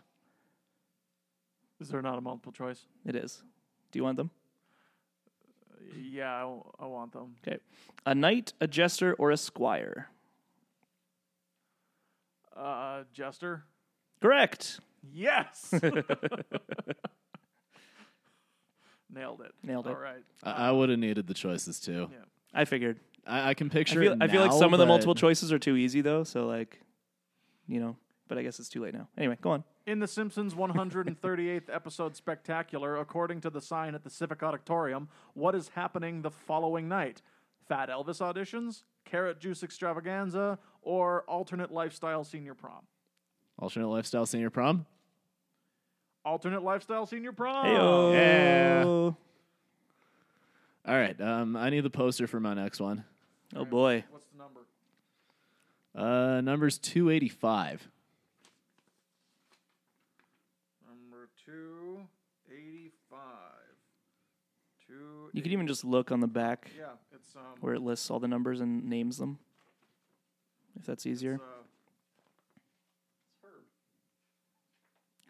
B: Is there not a multiple choice?
A: It is. Do you want them?
B: Yeah, I, w- I want them.
A: Okay. A knight, a jester, or a squire?
B: Uh, Jester.
A: Correct.
B: Yes. Nailed it.
A: Nailed it.
B: All right.
C: I, I would have needed the choices too.
B: Yeah.
A: I figured.
C: I, I can
A: I
C: picture.
A: feel,
C: it
A: I feel like
C: now,
A: some of the
C: but-
A: multiple choices are too easy, though. So, like, you know, but I guess it's too late now. Anyway, go on.
B: In The Simpsons 138th episode spectacular, according to the sign at the Civic Auditorium, what is happening the following night? Fat Elvis auditions, carrot juice extravaganza, or alternate lifestyle senior prom?
C: Alternate lifestyle senior prom.
B: Alternate lifestyle senior prom.
A: Heyo.
C: Yeah. All right. Um, I need the poster for my next one.
A: Oh, boy.
B: What's the number?
C: Uh, numbers two eighty five.
B: Number 285. Two.
A: You e- can even just look on the back
B: Yeah, it's um
A: where it lists all the numbers and names them, if that's easier.
B: uh, it's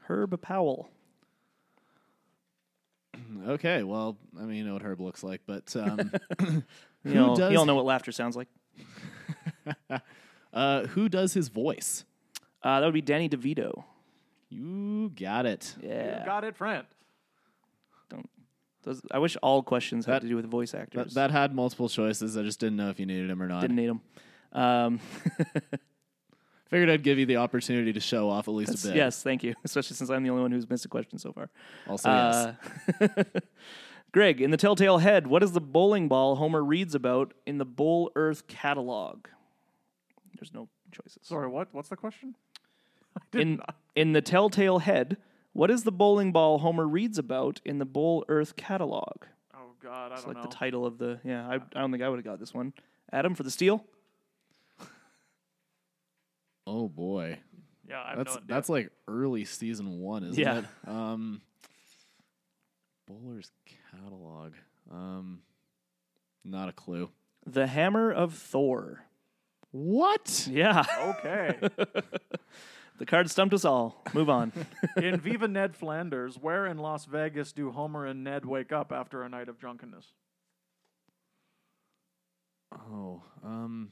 B: Herb.
A: Herb Powell.
C: Okay. Well, I mean, you know what Herb looks like, but um,
A: You
C: Who
A: know,
C: does-
A: you all know what laughter sounds like.
C: uh, who does his voice?
A: Uh, that would be Danny DeVito.
C: You got it.
A: Yeah.
B: You got it, friend.
A: Don't. Those, I wish all questions had
C: That-
A: to do with voice
C: That,
A: actors.
C: that had multiple choices. I just didn't know if you needed him or not.
A: Didn't need them. Um,
C: Figured I'd give you the opportunity to show off at least a bit.
A: yes, thank you. Especially since I'm the only one who's missed a question so far.
C: Also,
B: Oh,
C: yes.
A: Uh, Greg, in the Telltale Head, what is the bowling ball Homer reads about in the Bowl Earth catalog? There's no choices.
B: Sorry, what? What's the question?
A: in in the Telltale Head, what is the bowling ball Homer reads about in the Bowl Earth catalog?
B: Oh God, I
A: It's
B: don't
A: like
B: know.
A: the title of the yeah. I, I don't think I would have got this one. Adam for the steal.
C: Oh boy,
B: yeah, I've
C: that's
B: no idea.
C: that's like early season one, isn't
A: Yeah.
C: it? Um, Bowler's catalog. Um, not a clue.
A: The hammer of Thor.
C: What?
A: Yeah,
B: Okay.
A: the card stumped us all. Move on.
B: in Viva Ned Flanders, where in Las Vegas do Homer and Ned wake up after a night of drunkenness?
C: Oh, um,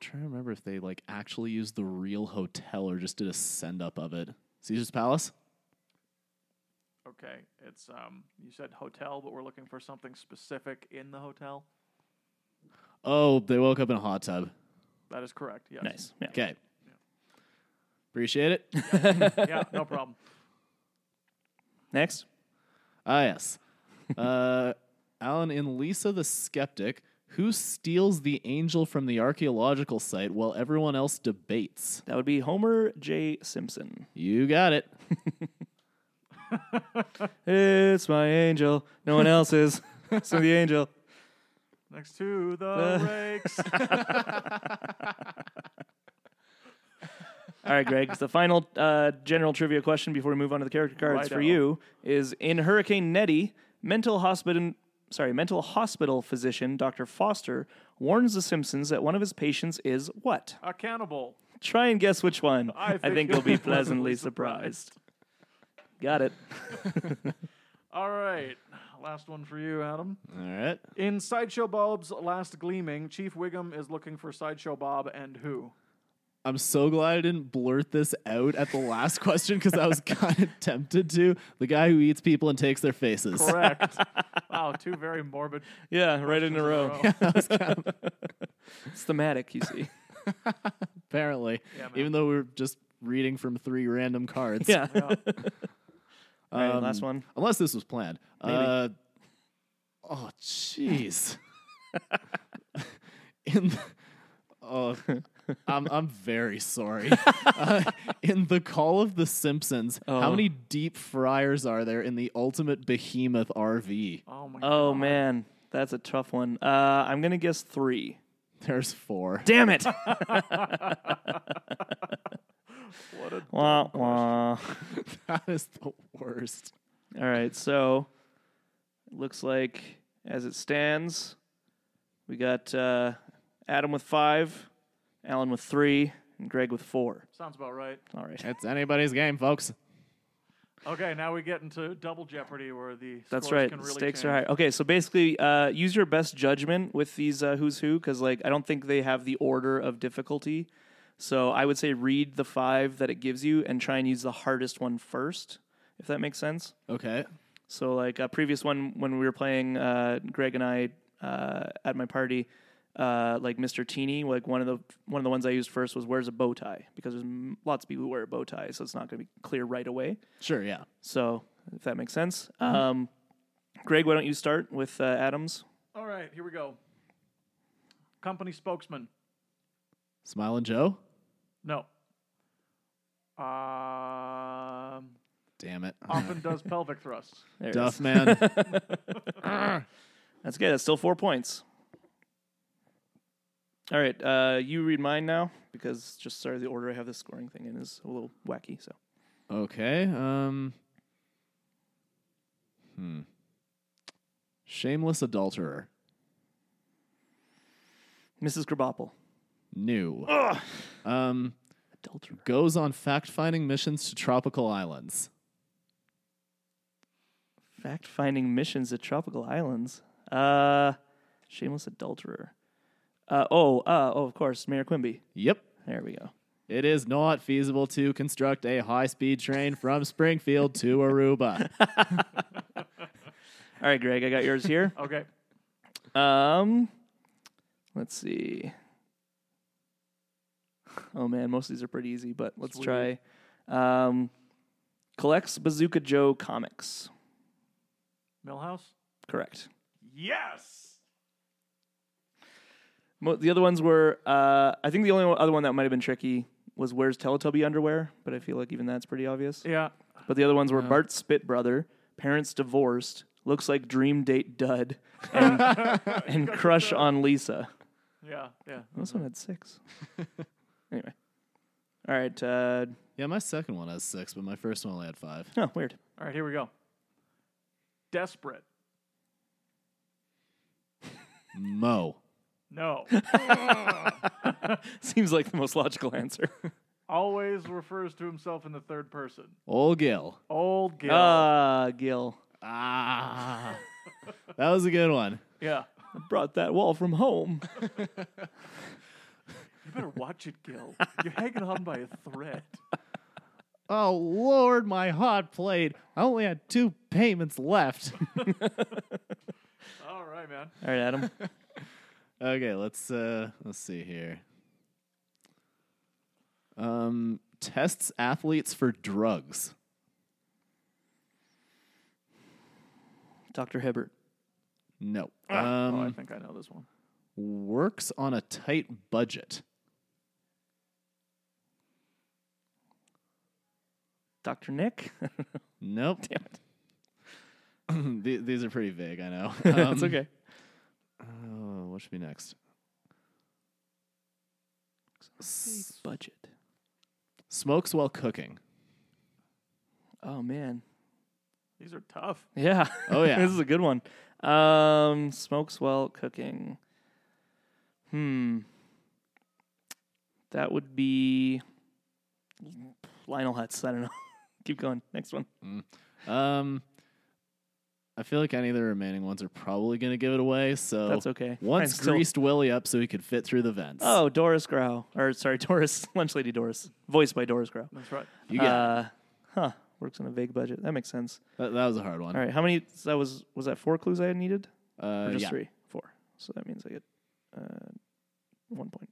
C: trying to remember if they like actually used the real hotel or just did a send up of it. Caesar's Palace.
B: Okay, it's um. You said hotel, but we're looking for something specific in the hotel.
C: Oh, they woke up in a hot tub.
B: That is correct. Yes.
A: nice. Yeah.
C: Okay. Appreciate it.
B: yeah, no problem.
A: Next.
C: Ah, yes. Uh, Alan and Lisa the Skeptic, who steals the angel from the archaeological site while everyone else debates?
A: That would be Homer J. Simpson.
C: You got it.
A: It's my angel. No one else is. So the angel.
B: Next to the rakes.
A: All right, Greg. The final uh, general trivia question before we move on to the character cards for
B: Righto.
A: you is: In Hurricane Nettie, mental hospital, sorry, mental hospital physician Dr. Foster warns the Simpsons that one of his patients is what?
B: a cannibal.
A: Try and guess which one.
B: I think
A: you'll
B: you'll
A: be
B: be
A: pleasantly
B: pleasantly
A: surprised. Got it.
B: All right, last one for you, Adam.
C: All right.
B: In Sideshow Bob's Last Gleaming, Chief Wiggum is looking for Sideshow Bob and who?
C: I'm so glad I didn't blurt this out at the last question because I was kind of tempted to. The guy who eats people and takes their faces.
B: Correct. wow, two very morbid.
A: Yeah, right in a row.
B: Yeah,
A: It's thematic, you see.
C: Apparently,
B: Yeah, man.
C: even though we were just reading from three random cards.
A: yeah. All
C: Um,
A: right, last one.
C: Unless this was planned.
A: Maybe.
C: Uh, oh, jeez. in the, oh, I'm I'm very sorry. Uh, in the Call of the Simpsons, how
A: Oh.
C: many deep fryers are there in the Ultimate Behemoth RV?
B: Oh my.
A: Oh
B: God.
A: man, that's a tough one. Uh, I'm gonna guess three.
C: There's four.
A: Damn it!
B: What a
A: wah, wah.
C: That is the worst.
A: All right, so it looks like as it stands, we got uh, Adam with five, Alan with three, and Greg with four.
B: sounds about right.
A: All right,
C: It's anybody's game, folks.
B: Okay, now we get into double jeopardy where the
A: that's
B: scores
A: right.
B: Can really
A: Stakes
B: change.
A: are high. Okay, so basically, uh, use your best judgment with these uh, who's who, because like I don't think they have the order of difficulty. So I would say read the five that it gives you and try and use the hardest one first, if that makes sense.
C: Okay.
A: So like a previous one when we were playing, uh, Greg and I uh, at my party, uh, like Mr. Teeny, like one of the one of the ones I used first was "Where's a bow tie?" because there's m- lots of people who wear a bow tie, so it's not going to be clear right away.
C: Sure, yeah.
A: So if that makes sense, um, Greg, why don't you start with uh, Adams?
B: All right, here we go. Company spokesman.
C: Smiling Joe?
B: No. Um,
C: Damn it.
B: often does pelvic thrusts.
A: There it
C: Duff
A: is.
C: man.
A: That's good. That's still four points. All right, uh, you read mine now because just sorry the order I have this scoring thing in is a little wacky. So
C: Okay. Um. Hmm. Shameless adulterer.
A: Mrs. Krabappel.
C: New. Um.
A: Adulterer.
C: Goes on fact-finding missions to tropical islands.
A: Fact finding missions at tropical islands. Uh, shameless adulterer. Uh, oh, uh, oh, of course, Mayor Quimby.
C: Yep.
A: There we go.
C: It is not feasible to construct a high-speed train from Springfield to Aruba.
A: All right, Greg, I got yours here.
B: Okay.
A: Um, let's see. Oh man, most of these are pretty easy, but let's
B: Sweet.
A: try. Um, collects Bazooka Joe comics.
B: Millhouse?
A: Correct.
B: Yes!
A: Mo- the other ones were. Uh, I think the only other one that might have been tricky was where's Teletubby underwear, but I feel like even that's pretty obvious.
B: Yeah.
A: But the other ones were Bart's Spit Brother, Parents Divorced, Looks Like Dream Date Dud, and, and Crush on Lisa.
B: Yeah. Yeah.
A: This one had six. anyway. All right. Uh,
C: yeah, my second one has six, but my first one only had five.
A: oh, weird.
B: All right, here we go. Desperate.
C: Mo.
B: No.
A: Seems like the most logical answer.
B: Always refers to himself in the third person.
C: Old Gil.
B: Old Gil.
A: Ah, Gil.
C: Ah. that was a good one.
B: yeah.
A: I brought that wall from home.
B: You better watch it, Gil. You're hanging on by a thread.
C: Oh Lord, my hot plate. I only had two payments left.
B: All right, man.
A: All right, Adam.
C: okay, let's uh let's see here. Um tests athletes for drugs.
A: Dr. Hibbert.
C: No.
A: Ah.
B: oh, I
C: Um
B: think I know this one.
C: works on a tight budget.
A: Dr. Nick?
C: Nope.
A: Damn it.
C: Th- These are pretty vague, I know.
A: it's
C: Um,
A: okay.
C: Oh, what should be next?
A: Big
C: S-
A: budget.
C: smokes while cooking.
A: Oh, man.
B: These are tough.
A: Yeah.
C: Oh, yeah.
A: this is a good one. Um, smokes while cooking. Hmm. That would be Lionel Hutz. I don't know. Keep going. Next one.
C: Um, I feel like any of the remaining ones are probably going to give it away. So
A: That's okay.
C: Once
A: Mine's still-
C: greased Willie up so he could fit through the vents.
A: Oh, Doris Grow, or sorry, Doris Lunch Lady Doris, voiced by Doris Grow.
B: That's right.
C: you got it.
A: Uh, huh? Works on a vague budget. That makes sense.
C: that, that was a hard one.
A: All right, how many? That was was that four clues I needed,
C: Uh,
A: or just
C: yeah.
A: three? Four. So that means I get uh, one point,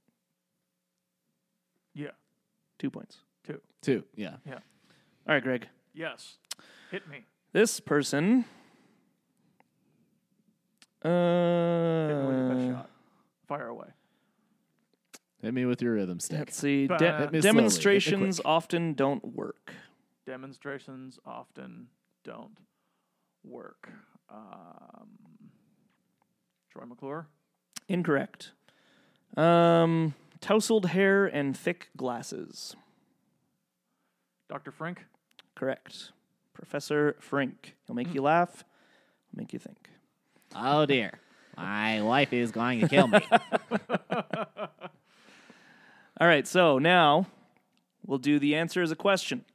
B: Yeah.
A: two points.
C: Two. Yeah.
A: All right, Greg.
B: Yes. Hit me.
A: This person.
B: Hit me with your best
A: Uh,
B: shot. Fire away.
C: Hit me with your rhythm stick.
A: let's see.
B: Bah.
A: De-
B: Hit me
C: slowly. Hit me
A: Uh, demonstrations
C: quick.
A: often don't work.
B: Demonstrations often don't work. Um, Troy McClure.
A: Incorrect. Um, tousled hair and thick glasses.
B: Dr. Frank.
A: Correct. Professor Frink. He'll make you laugh. He'll make you think.
C: Oh dear, my wife is going to kill me.
A: All right. So now we'll do the answer as a question.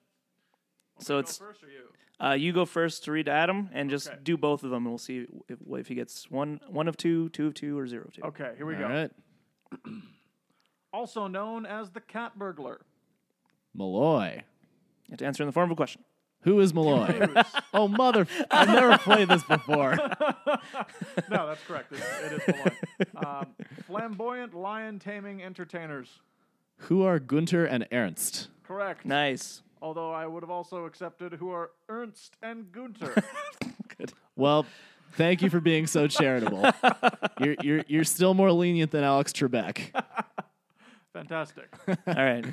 A: So it's
B: first or you?
A: uh, you go first to read to Adam, and just
B: Okay.
A: do both of them, and we'll see if, if he gets one one of two, two of two, or zero of two.
B: Okay, here we
C: All
B: go.
C: right,
B: Also known as the cat burglar.
C: Malloy.
A: You have to answer in the form of a question.
C: Who is Malloy? oh mother! I've never played this before.
B: no, that's correct. It, it is the one. Um, flamboyant lion taming entertainers.
C: Who are Gunter and Ernst?
B: Correct.
A: Nice.
B: Although I would have also accepted who are Ernst and Gunther.
A: Good.
C: Well, thank you for being so charitable. you're, you're you're still more lenient than Alex Trebek.
B: Fantastic.
A: All right.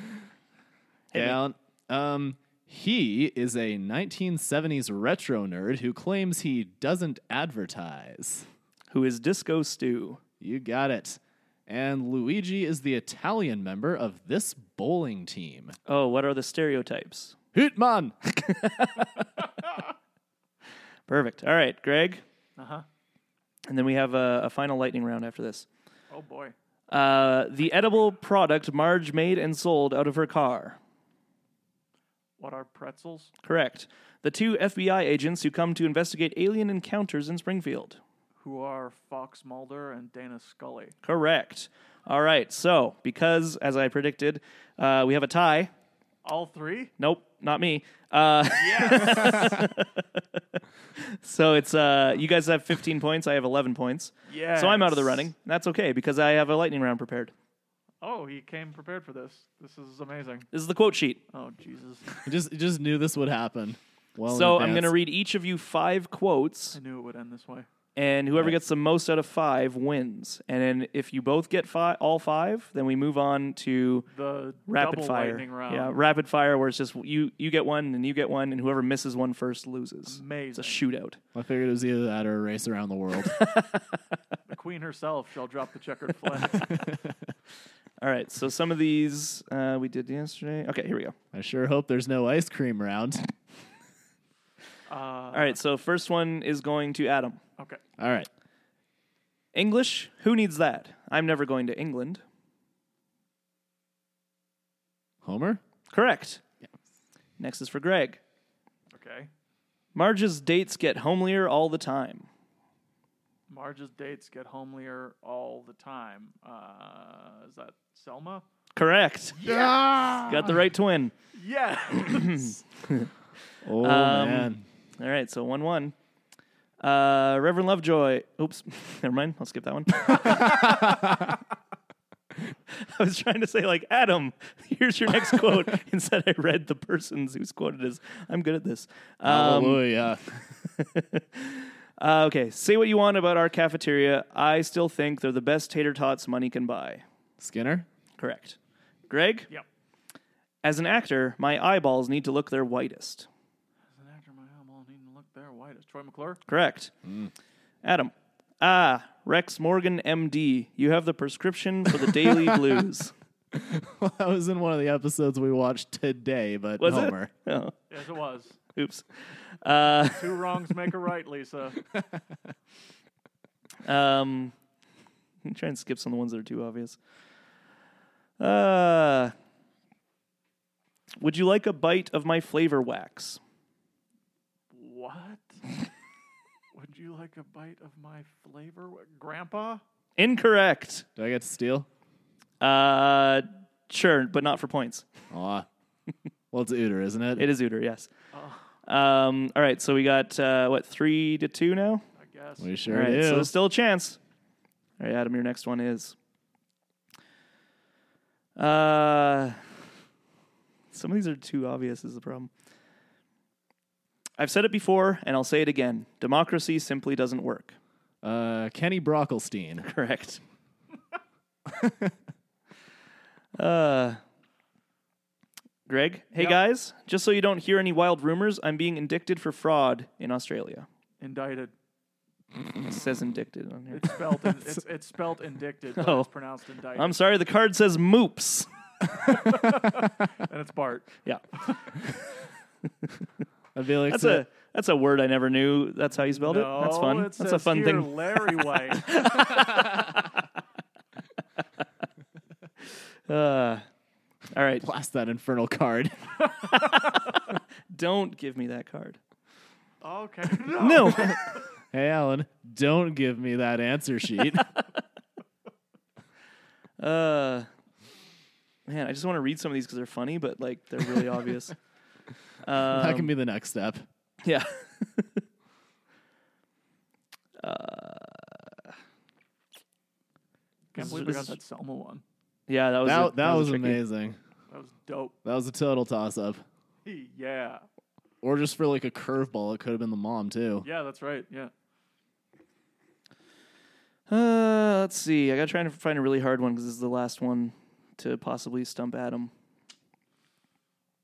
C: Down. Um, he is a 1970s retro nerd who claims he doesn't advertise.
A: Who is Disco Stew?
C: You got it. And Luigi is the Italian member of this bowling team.
A: Oh, what are the stereotypes?
C: Hootman!
A: Perfect. All right, Greg.
B: Uh huh.
A: And then we have a, a final lightning round after this.
B: Oh boy.
A: Uh, the edible product Marge made and sold out of her car.
B: What are pretzels?
A: Correct. The two FBI agents who come to investigate alien encounters in Springfield.
B: Who are Fox Mulder and Dana Scully?
A: Correct. All right. So, because as I predicted, uh, we have a tie.
B: All three?
A: Nope, not me. Uh, so it's uh, you guys have 15 points. I have 11 points.
B: Yeah.
A: So I'm out of the running. That's okay because I have a lightning round prepared.
B: Oh, he came prepared for this. This is amazing.
A: This is the quote sheet.
B: Oh, Jesus.
C: I just, I just knew this would happen. Well, Oh, in
A: So I'm going
C: advance.
A: to read each of you five quotes,
B: I knew it would end this way.
A: and whoever gets the most out of five wins. And then if you both get fi- all five, then we move on to
B: The
A: rapid
B: double
A: fire.
B: lightning round.
A: Yeah, rapid fire, where it's just you you get one and you get one, and whoever misses one first loses. It's
B: Amazing.
A: a shootout.
C: I figured it was either that or a race around the world.
B: The queen herself shall drop the checkered flag.
A: All right, so some of these uh, we did yesterday. Okay, here we go.
C: I sure hope there's no ice cream round.
B: Uh,
A: All right, so first one is going to Adam.
B: Okay.
C: All right.
A: English, who needs that? I'm never going to England.
C: Homer?
A: Correct. Next is for Greg.
B: Okay.
A: Marge's dates get homelier all the time.
B: Marge's dates get homelier all the time. Uh, is that Selma?
A: Correct.
C: Yeah!
A: Got the right twin.
B: Yeah.
C: Oh,
A: Um,
C: man.
A: All right, so 1 1. Uh, Reverend Lovejoy. Oops, never mind. I'll skip that one. I was trying to say, like, Adam, here's your next quote. Instead, I read the person's who's quoted as, I'm good at this. Um,
C: Hallelujah.
A: uh, okay, say what you want about our cafeteria. I still think they're the best tater tots money can buy.
C: Skinner?
A: Correct. Greg,
B: yep.
A: as an actor, my eyeballs need to look their whitest.
B: As an actor, my eyeball need to look there white as Troy McClure.
A: Correct. Adam. Ah, Rex Morgan, MD. You have the prescription for the daily blues.
C: that was in one of the episodes we watched today, but
A: Was
C: Homer.
A: it? Oh,
B: Yes, it was.
A: oops. Uh,
B: Two wrongs make a right, Lisa.
A: um, I'm trying to skip some of the ones that are too obvious. Uh, would you like a bite of my flavor wax?
B: What? Would Would you like a bite of my flavor, Grandpa?
A: Incorrect.
C: Do I get to steal?
A: Uh, sure, but not for points.
C: Aw. well, it's Uter, isn't it?
A: It is Uter, yes. Um, all right, so we got uh, what three to two now.
B: I guess.
C: We
A: All
C: sure
A: right,
C: do.
A: so there's still a chance. All right, Adam, your next one is. Uh, some of these are too obvious. Is the problem? I've said it before, and I'll say it again. Democracy simply doesn't work.
C: uh, Kenny Brockelstein.
A: Correct. uh, Greg, hey
B: Yep.
A: guys, just so you don't hear any wild rumors, I'm being indicted for fraud in Australia.
B: Indicted.
A: It says indicted on here.
B: It's spelled. in- it's, it's spelled indicted, but
A: Oh.
B: it's pronounced indicted,
A: I'm sorry, the card says moops.
B: and it's Bart.
A: yeah,
C: I'd be like,
A: that's
C: so-
A: a that's a word I never knew. That's how you spelled it.
B: No,
A: That's fun.
B: it
A: That's a
B: says
A: fun
B: here,
A: thing.
B: Larry Way.
A: Uh, all right,
C: blast that infernal card.
A: don't give me that card.
B: okay.
A: No.
C: hey, Alan, don't give me that answer sheet.
A: Uh, man, I just want to read some of these because they're funny, but like they're really obvious. Um,
C: that can be the next step.
A: Yeah.
B: Can't believe we
A: This
B: got
A: is-
B: that Selma one.
A: Yeah, that was
C: That,
A: a-
C: that, was,
A: a tricky-
C: amazing.
B: That was dope.
C: That was a total toss up.
B: Yeah.
C: Or just for like a curveball, it could have been the mom, too.
B: Yeah, that's right. Yeah.
A: Uh, let's see. I got to try and find a really hard one because this is the last one to possibly stump Adam.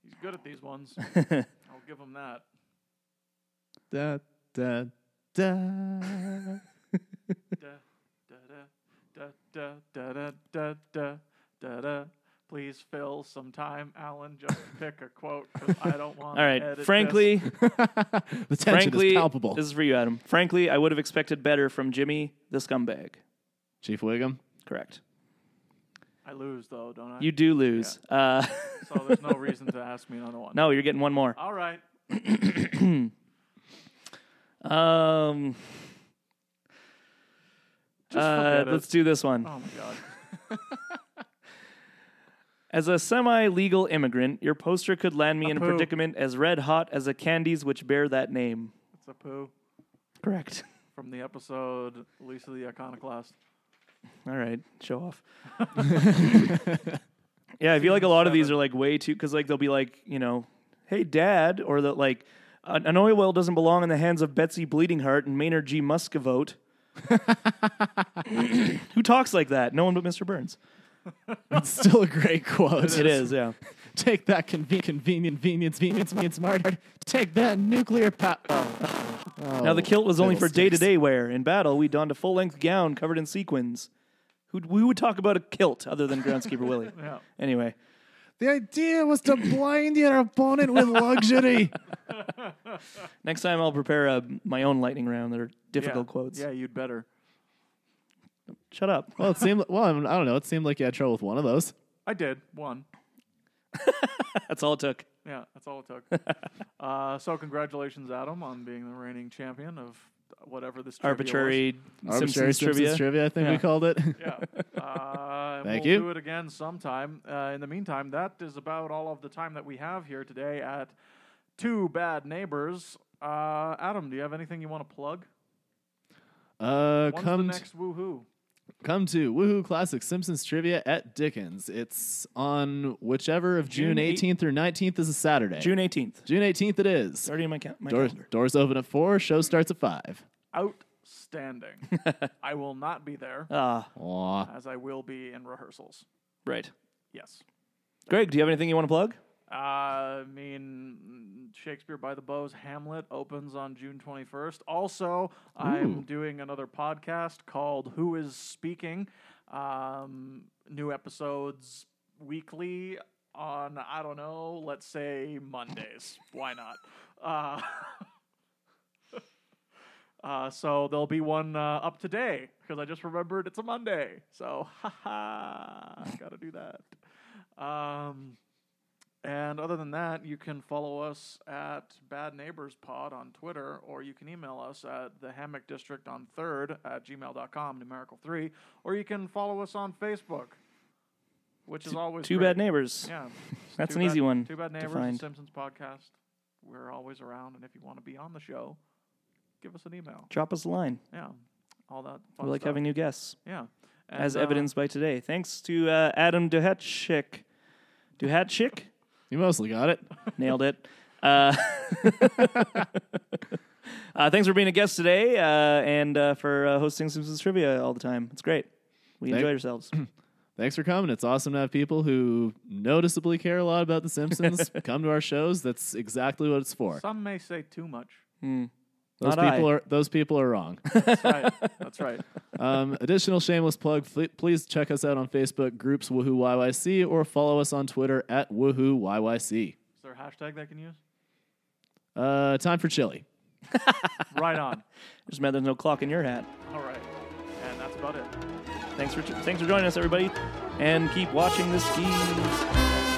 B: He's good at these ones. I'll give him that.
C: Da, da, da.
B: Da, da, da, da, da, da, da, da, da, da. Please fill some time, Alan. Just pick a quote 'cause I don't want.
A: All right. Frankly,
C: the tension
A: frankly,
C: is palpable.
A: this is for you, Adam. Frankly, I would have expected better from Jimmy the scumbag.
C: Chief Wiggum.
A: Correct.
B: I lose though, don't I?
A: You do lose. Uh,
B: So there's no reason to ask me another one.
A: no, you're getting one more.
B: All right.
A: Um,
B: Just
A: uh,
B: forget
A: let's
B: it.
A: do this one.
B: Oh my god.
A: As a semi legal immigrant, your poster could land me in a
B: poo.
A: predicament as red hot as the candies which bear that name.
B: It's a poo
A: Correct.
B: from the episode Lisa the Iconoclast.
A: All right, show off. yeah, I feel like a lot of these are like way too because like they'll be like you know, hey dad, or that like an an oil well doesn't belong in the hands of Betsy Bleeding Heart and Maynard G Muscavote. Who talks like that? No one but Mr. Burns.
C: It's still a great quote.
A: It is, yeah.
C: Take that conven- convenient, convenience, convenience, convenience, smart. Take that nuclear power.
A: Now
B: Oh,
A: the kilt was only for day to
C: fiddlesticks.
A: day wear. In battle, we donned a full length gown covered in sequins. Who'd, we would talk about a kilt other than groundskeeper Willie.
B: Yeah.
A: Anyway,
C: The idea was to blind your opponent with luxury.
A: next time I'll prepare uh, my own lightning round that are difficult
B: yeah.
A: quotes.
B: Yeah, you'd better.
A: Shut up.
C: well, it seemed. Well, I mean, I don't know. It seemed like you had trouble with one of those.
B: I did one.
A: That's all it took.
B: Yeah, that's all it took. uh, so congratulations, Adam, on being the reigning champion of whatever this trivia was.
A: Arbitrary Simpsons,
C: Arbitrary Simpsons
A: trivia.
C: trivia. I think we
A: Yeah.
C: called it.
B: Yeah. Uh,
C: Thank
B: we'll
C: you.
B: do it again sometime. Uh, in the meantime, that is about all of the time that we have here today at Two Bad Neighbors. Uh, Adam, do you have anything you want to plug?
C: Uh,
B: When's
C: come
B: the
C: t-
B: next woohoo?
C: come to Woohoo Classic Simpsons Trivia at Dickens. It's on whichever of June
A: June eight-
C: eighteenth or nineteenth is a Saturday.
A: June 18th.
C: June eighteenth it is.
A: Already in my, ca- my
C: Doors,
A: calendar.
C: doors open at four. Show starts at five.
B: Outstanding. I will not be there,
A: Ah,
C: Aw.
B: as I will be in rehearsals.
A: right.
B: Yes.
A: Greg, do you have anything you want to plug?
B: I mean, Shakespeare by the Bows Hamlet opens on June 21st. Also, I'm doing another podcast called Who is Speaking? Um, new episodes weekly on, I don't know, let's say Mondays. Why not? Uh, uh, so there'll be one uh, up today because I just remembered it's a Monday. So, haha, gotta do that. Um, And other than that, you can follow us at Bad Neighbors Pod on Twitter, or you can email us at the Hammock District on Third at gmail.com, numerical three, or you can follow us on Facebook, which is always
A: Two
B: great.
A: bad neighbors.
B: Yeah,
A: That's
B: Two
A: an
B: Bad-
A: easy one
B: Two Bad
A: to
B: Neighbors, the
A: find.
B: Simpsons podcast. We're always around, and if you want to be on the show, give us an email.
A: Drop us a line.
B: Yeah, all that. Fun
A: We like
B: stuff.
A: having new guests,
B: yeah, And,
A: as
B: uh,
A: evidenced by today. Thanks to uh, Adam Duhatchik. Duhatchik?
C: You mostly got it.
A: Nailed it. Uh, uh, thanks for being a guest today uh, and uh, for uh, hosting Simpsons Trivia all the time. It's great. We
C: Thank-
A: enjoy ourselves.
C: Thanks for coming. It's awesome to have people who noticeably care a lot about The Simpsons come to our shows. That's exactly what it's for.
B: Some may say too much.
C: Those
A: Not I.
C: people are those people are wrong.
B: That's right. That's right.
C: um, additional shameless plug. fl- please check us out on Facebook groups Woohoo YYC or follow us on Twitter at Woohoo YYC.
B: Is there a hashtag they can use?
C: Uh, time for chili.
B: Right on.
A: Just mad there's no clock in your hat.
B: All right. And that's about it.
A: Thanks for thanks for joining us, everybody, and keep watching the skis.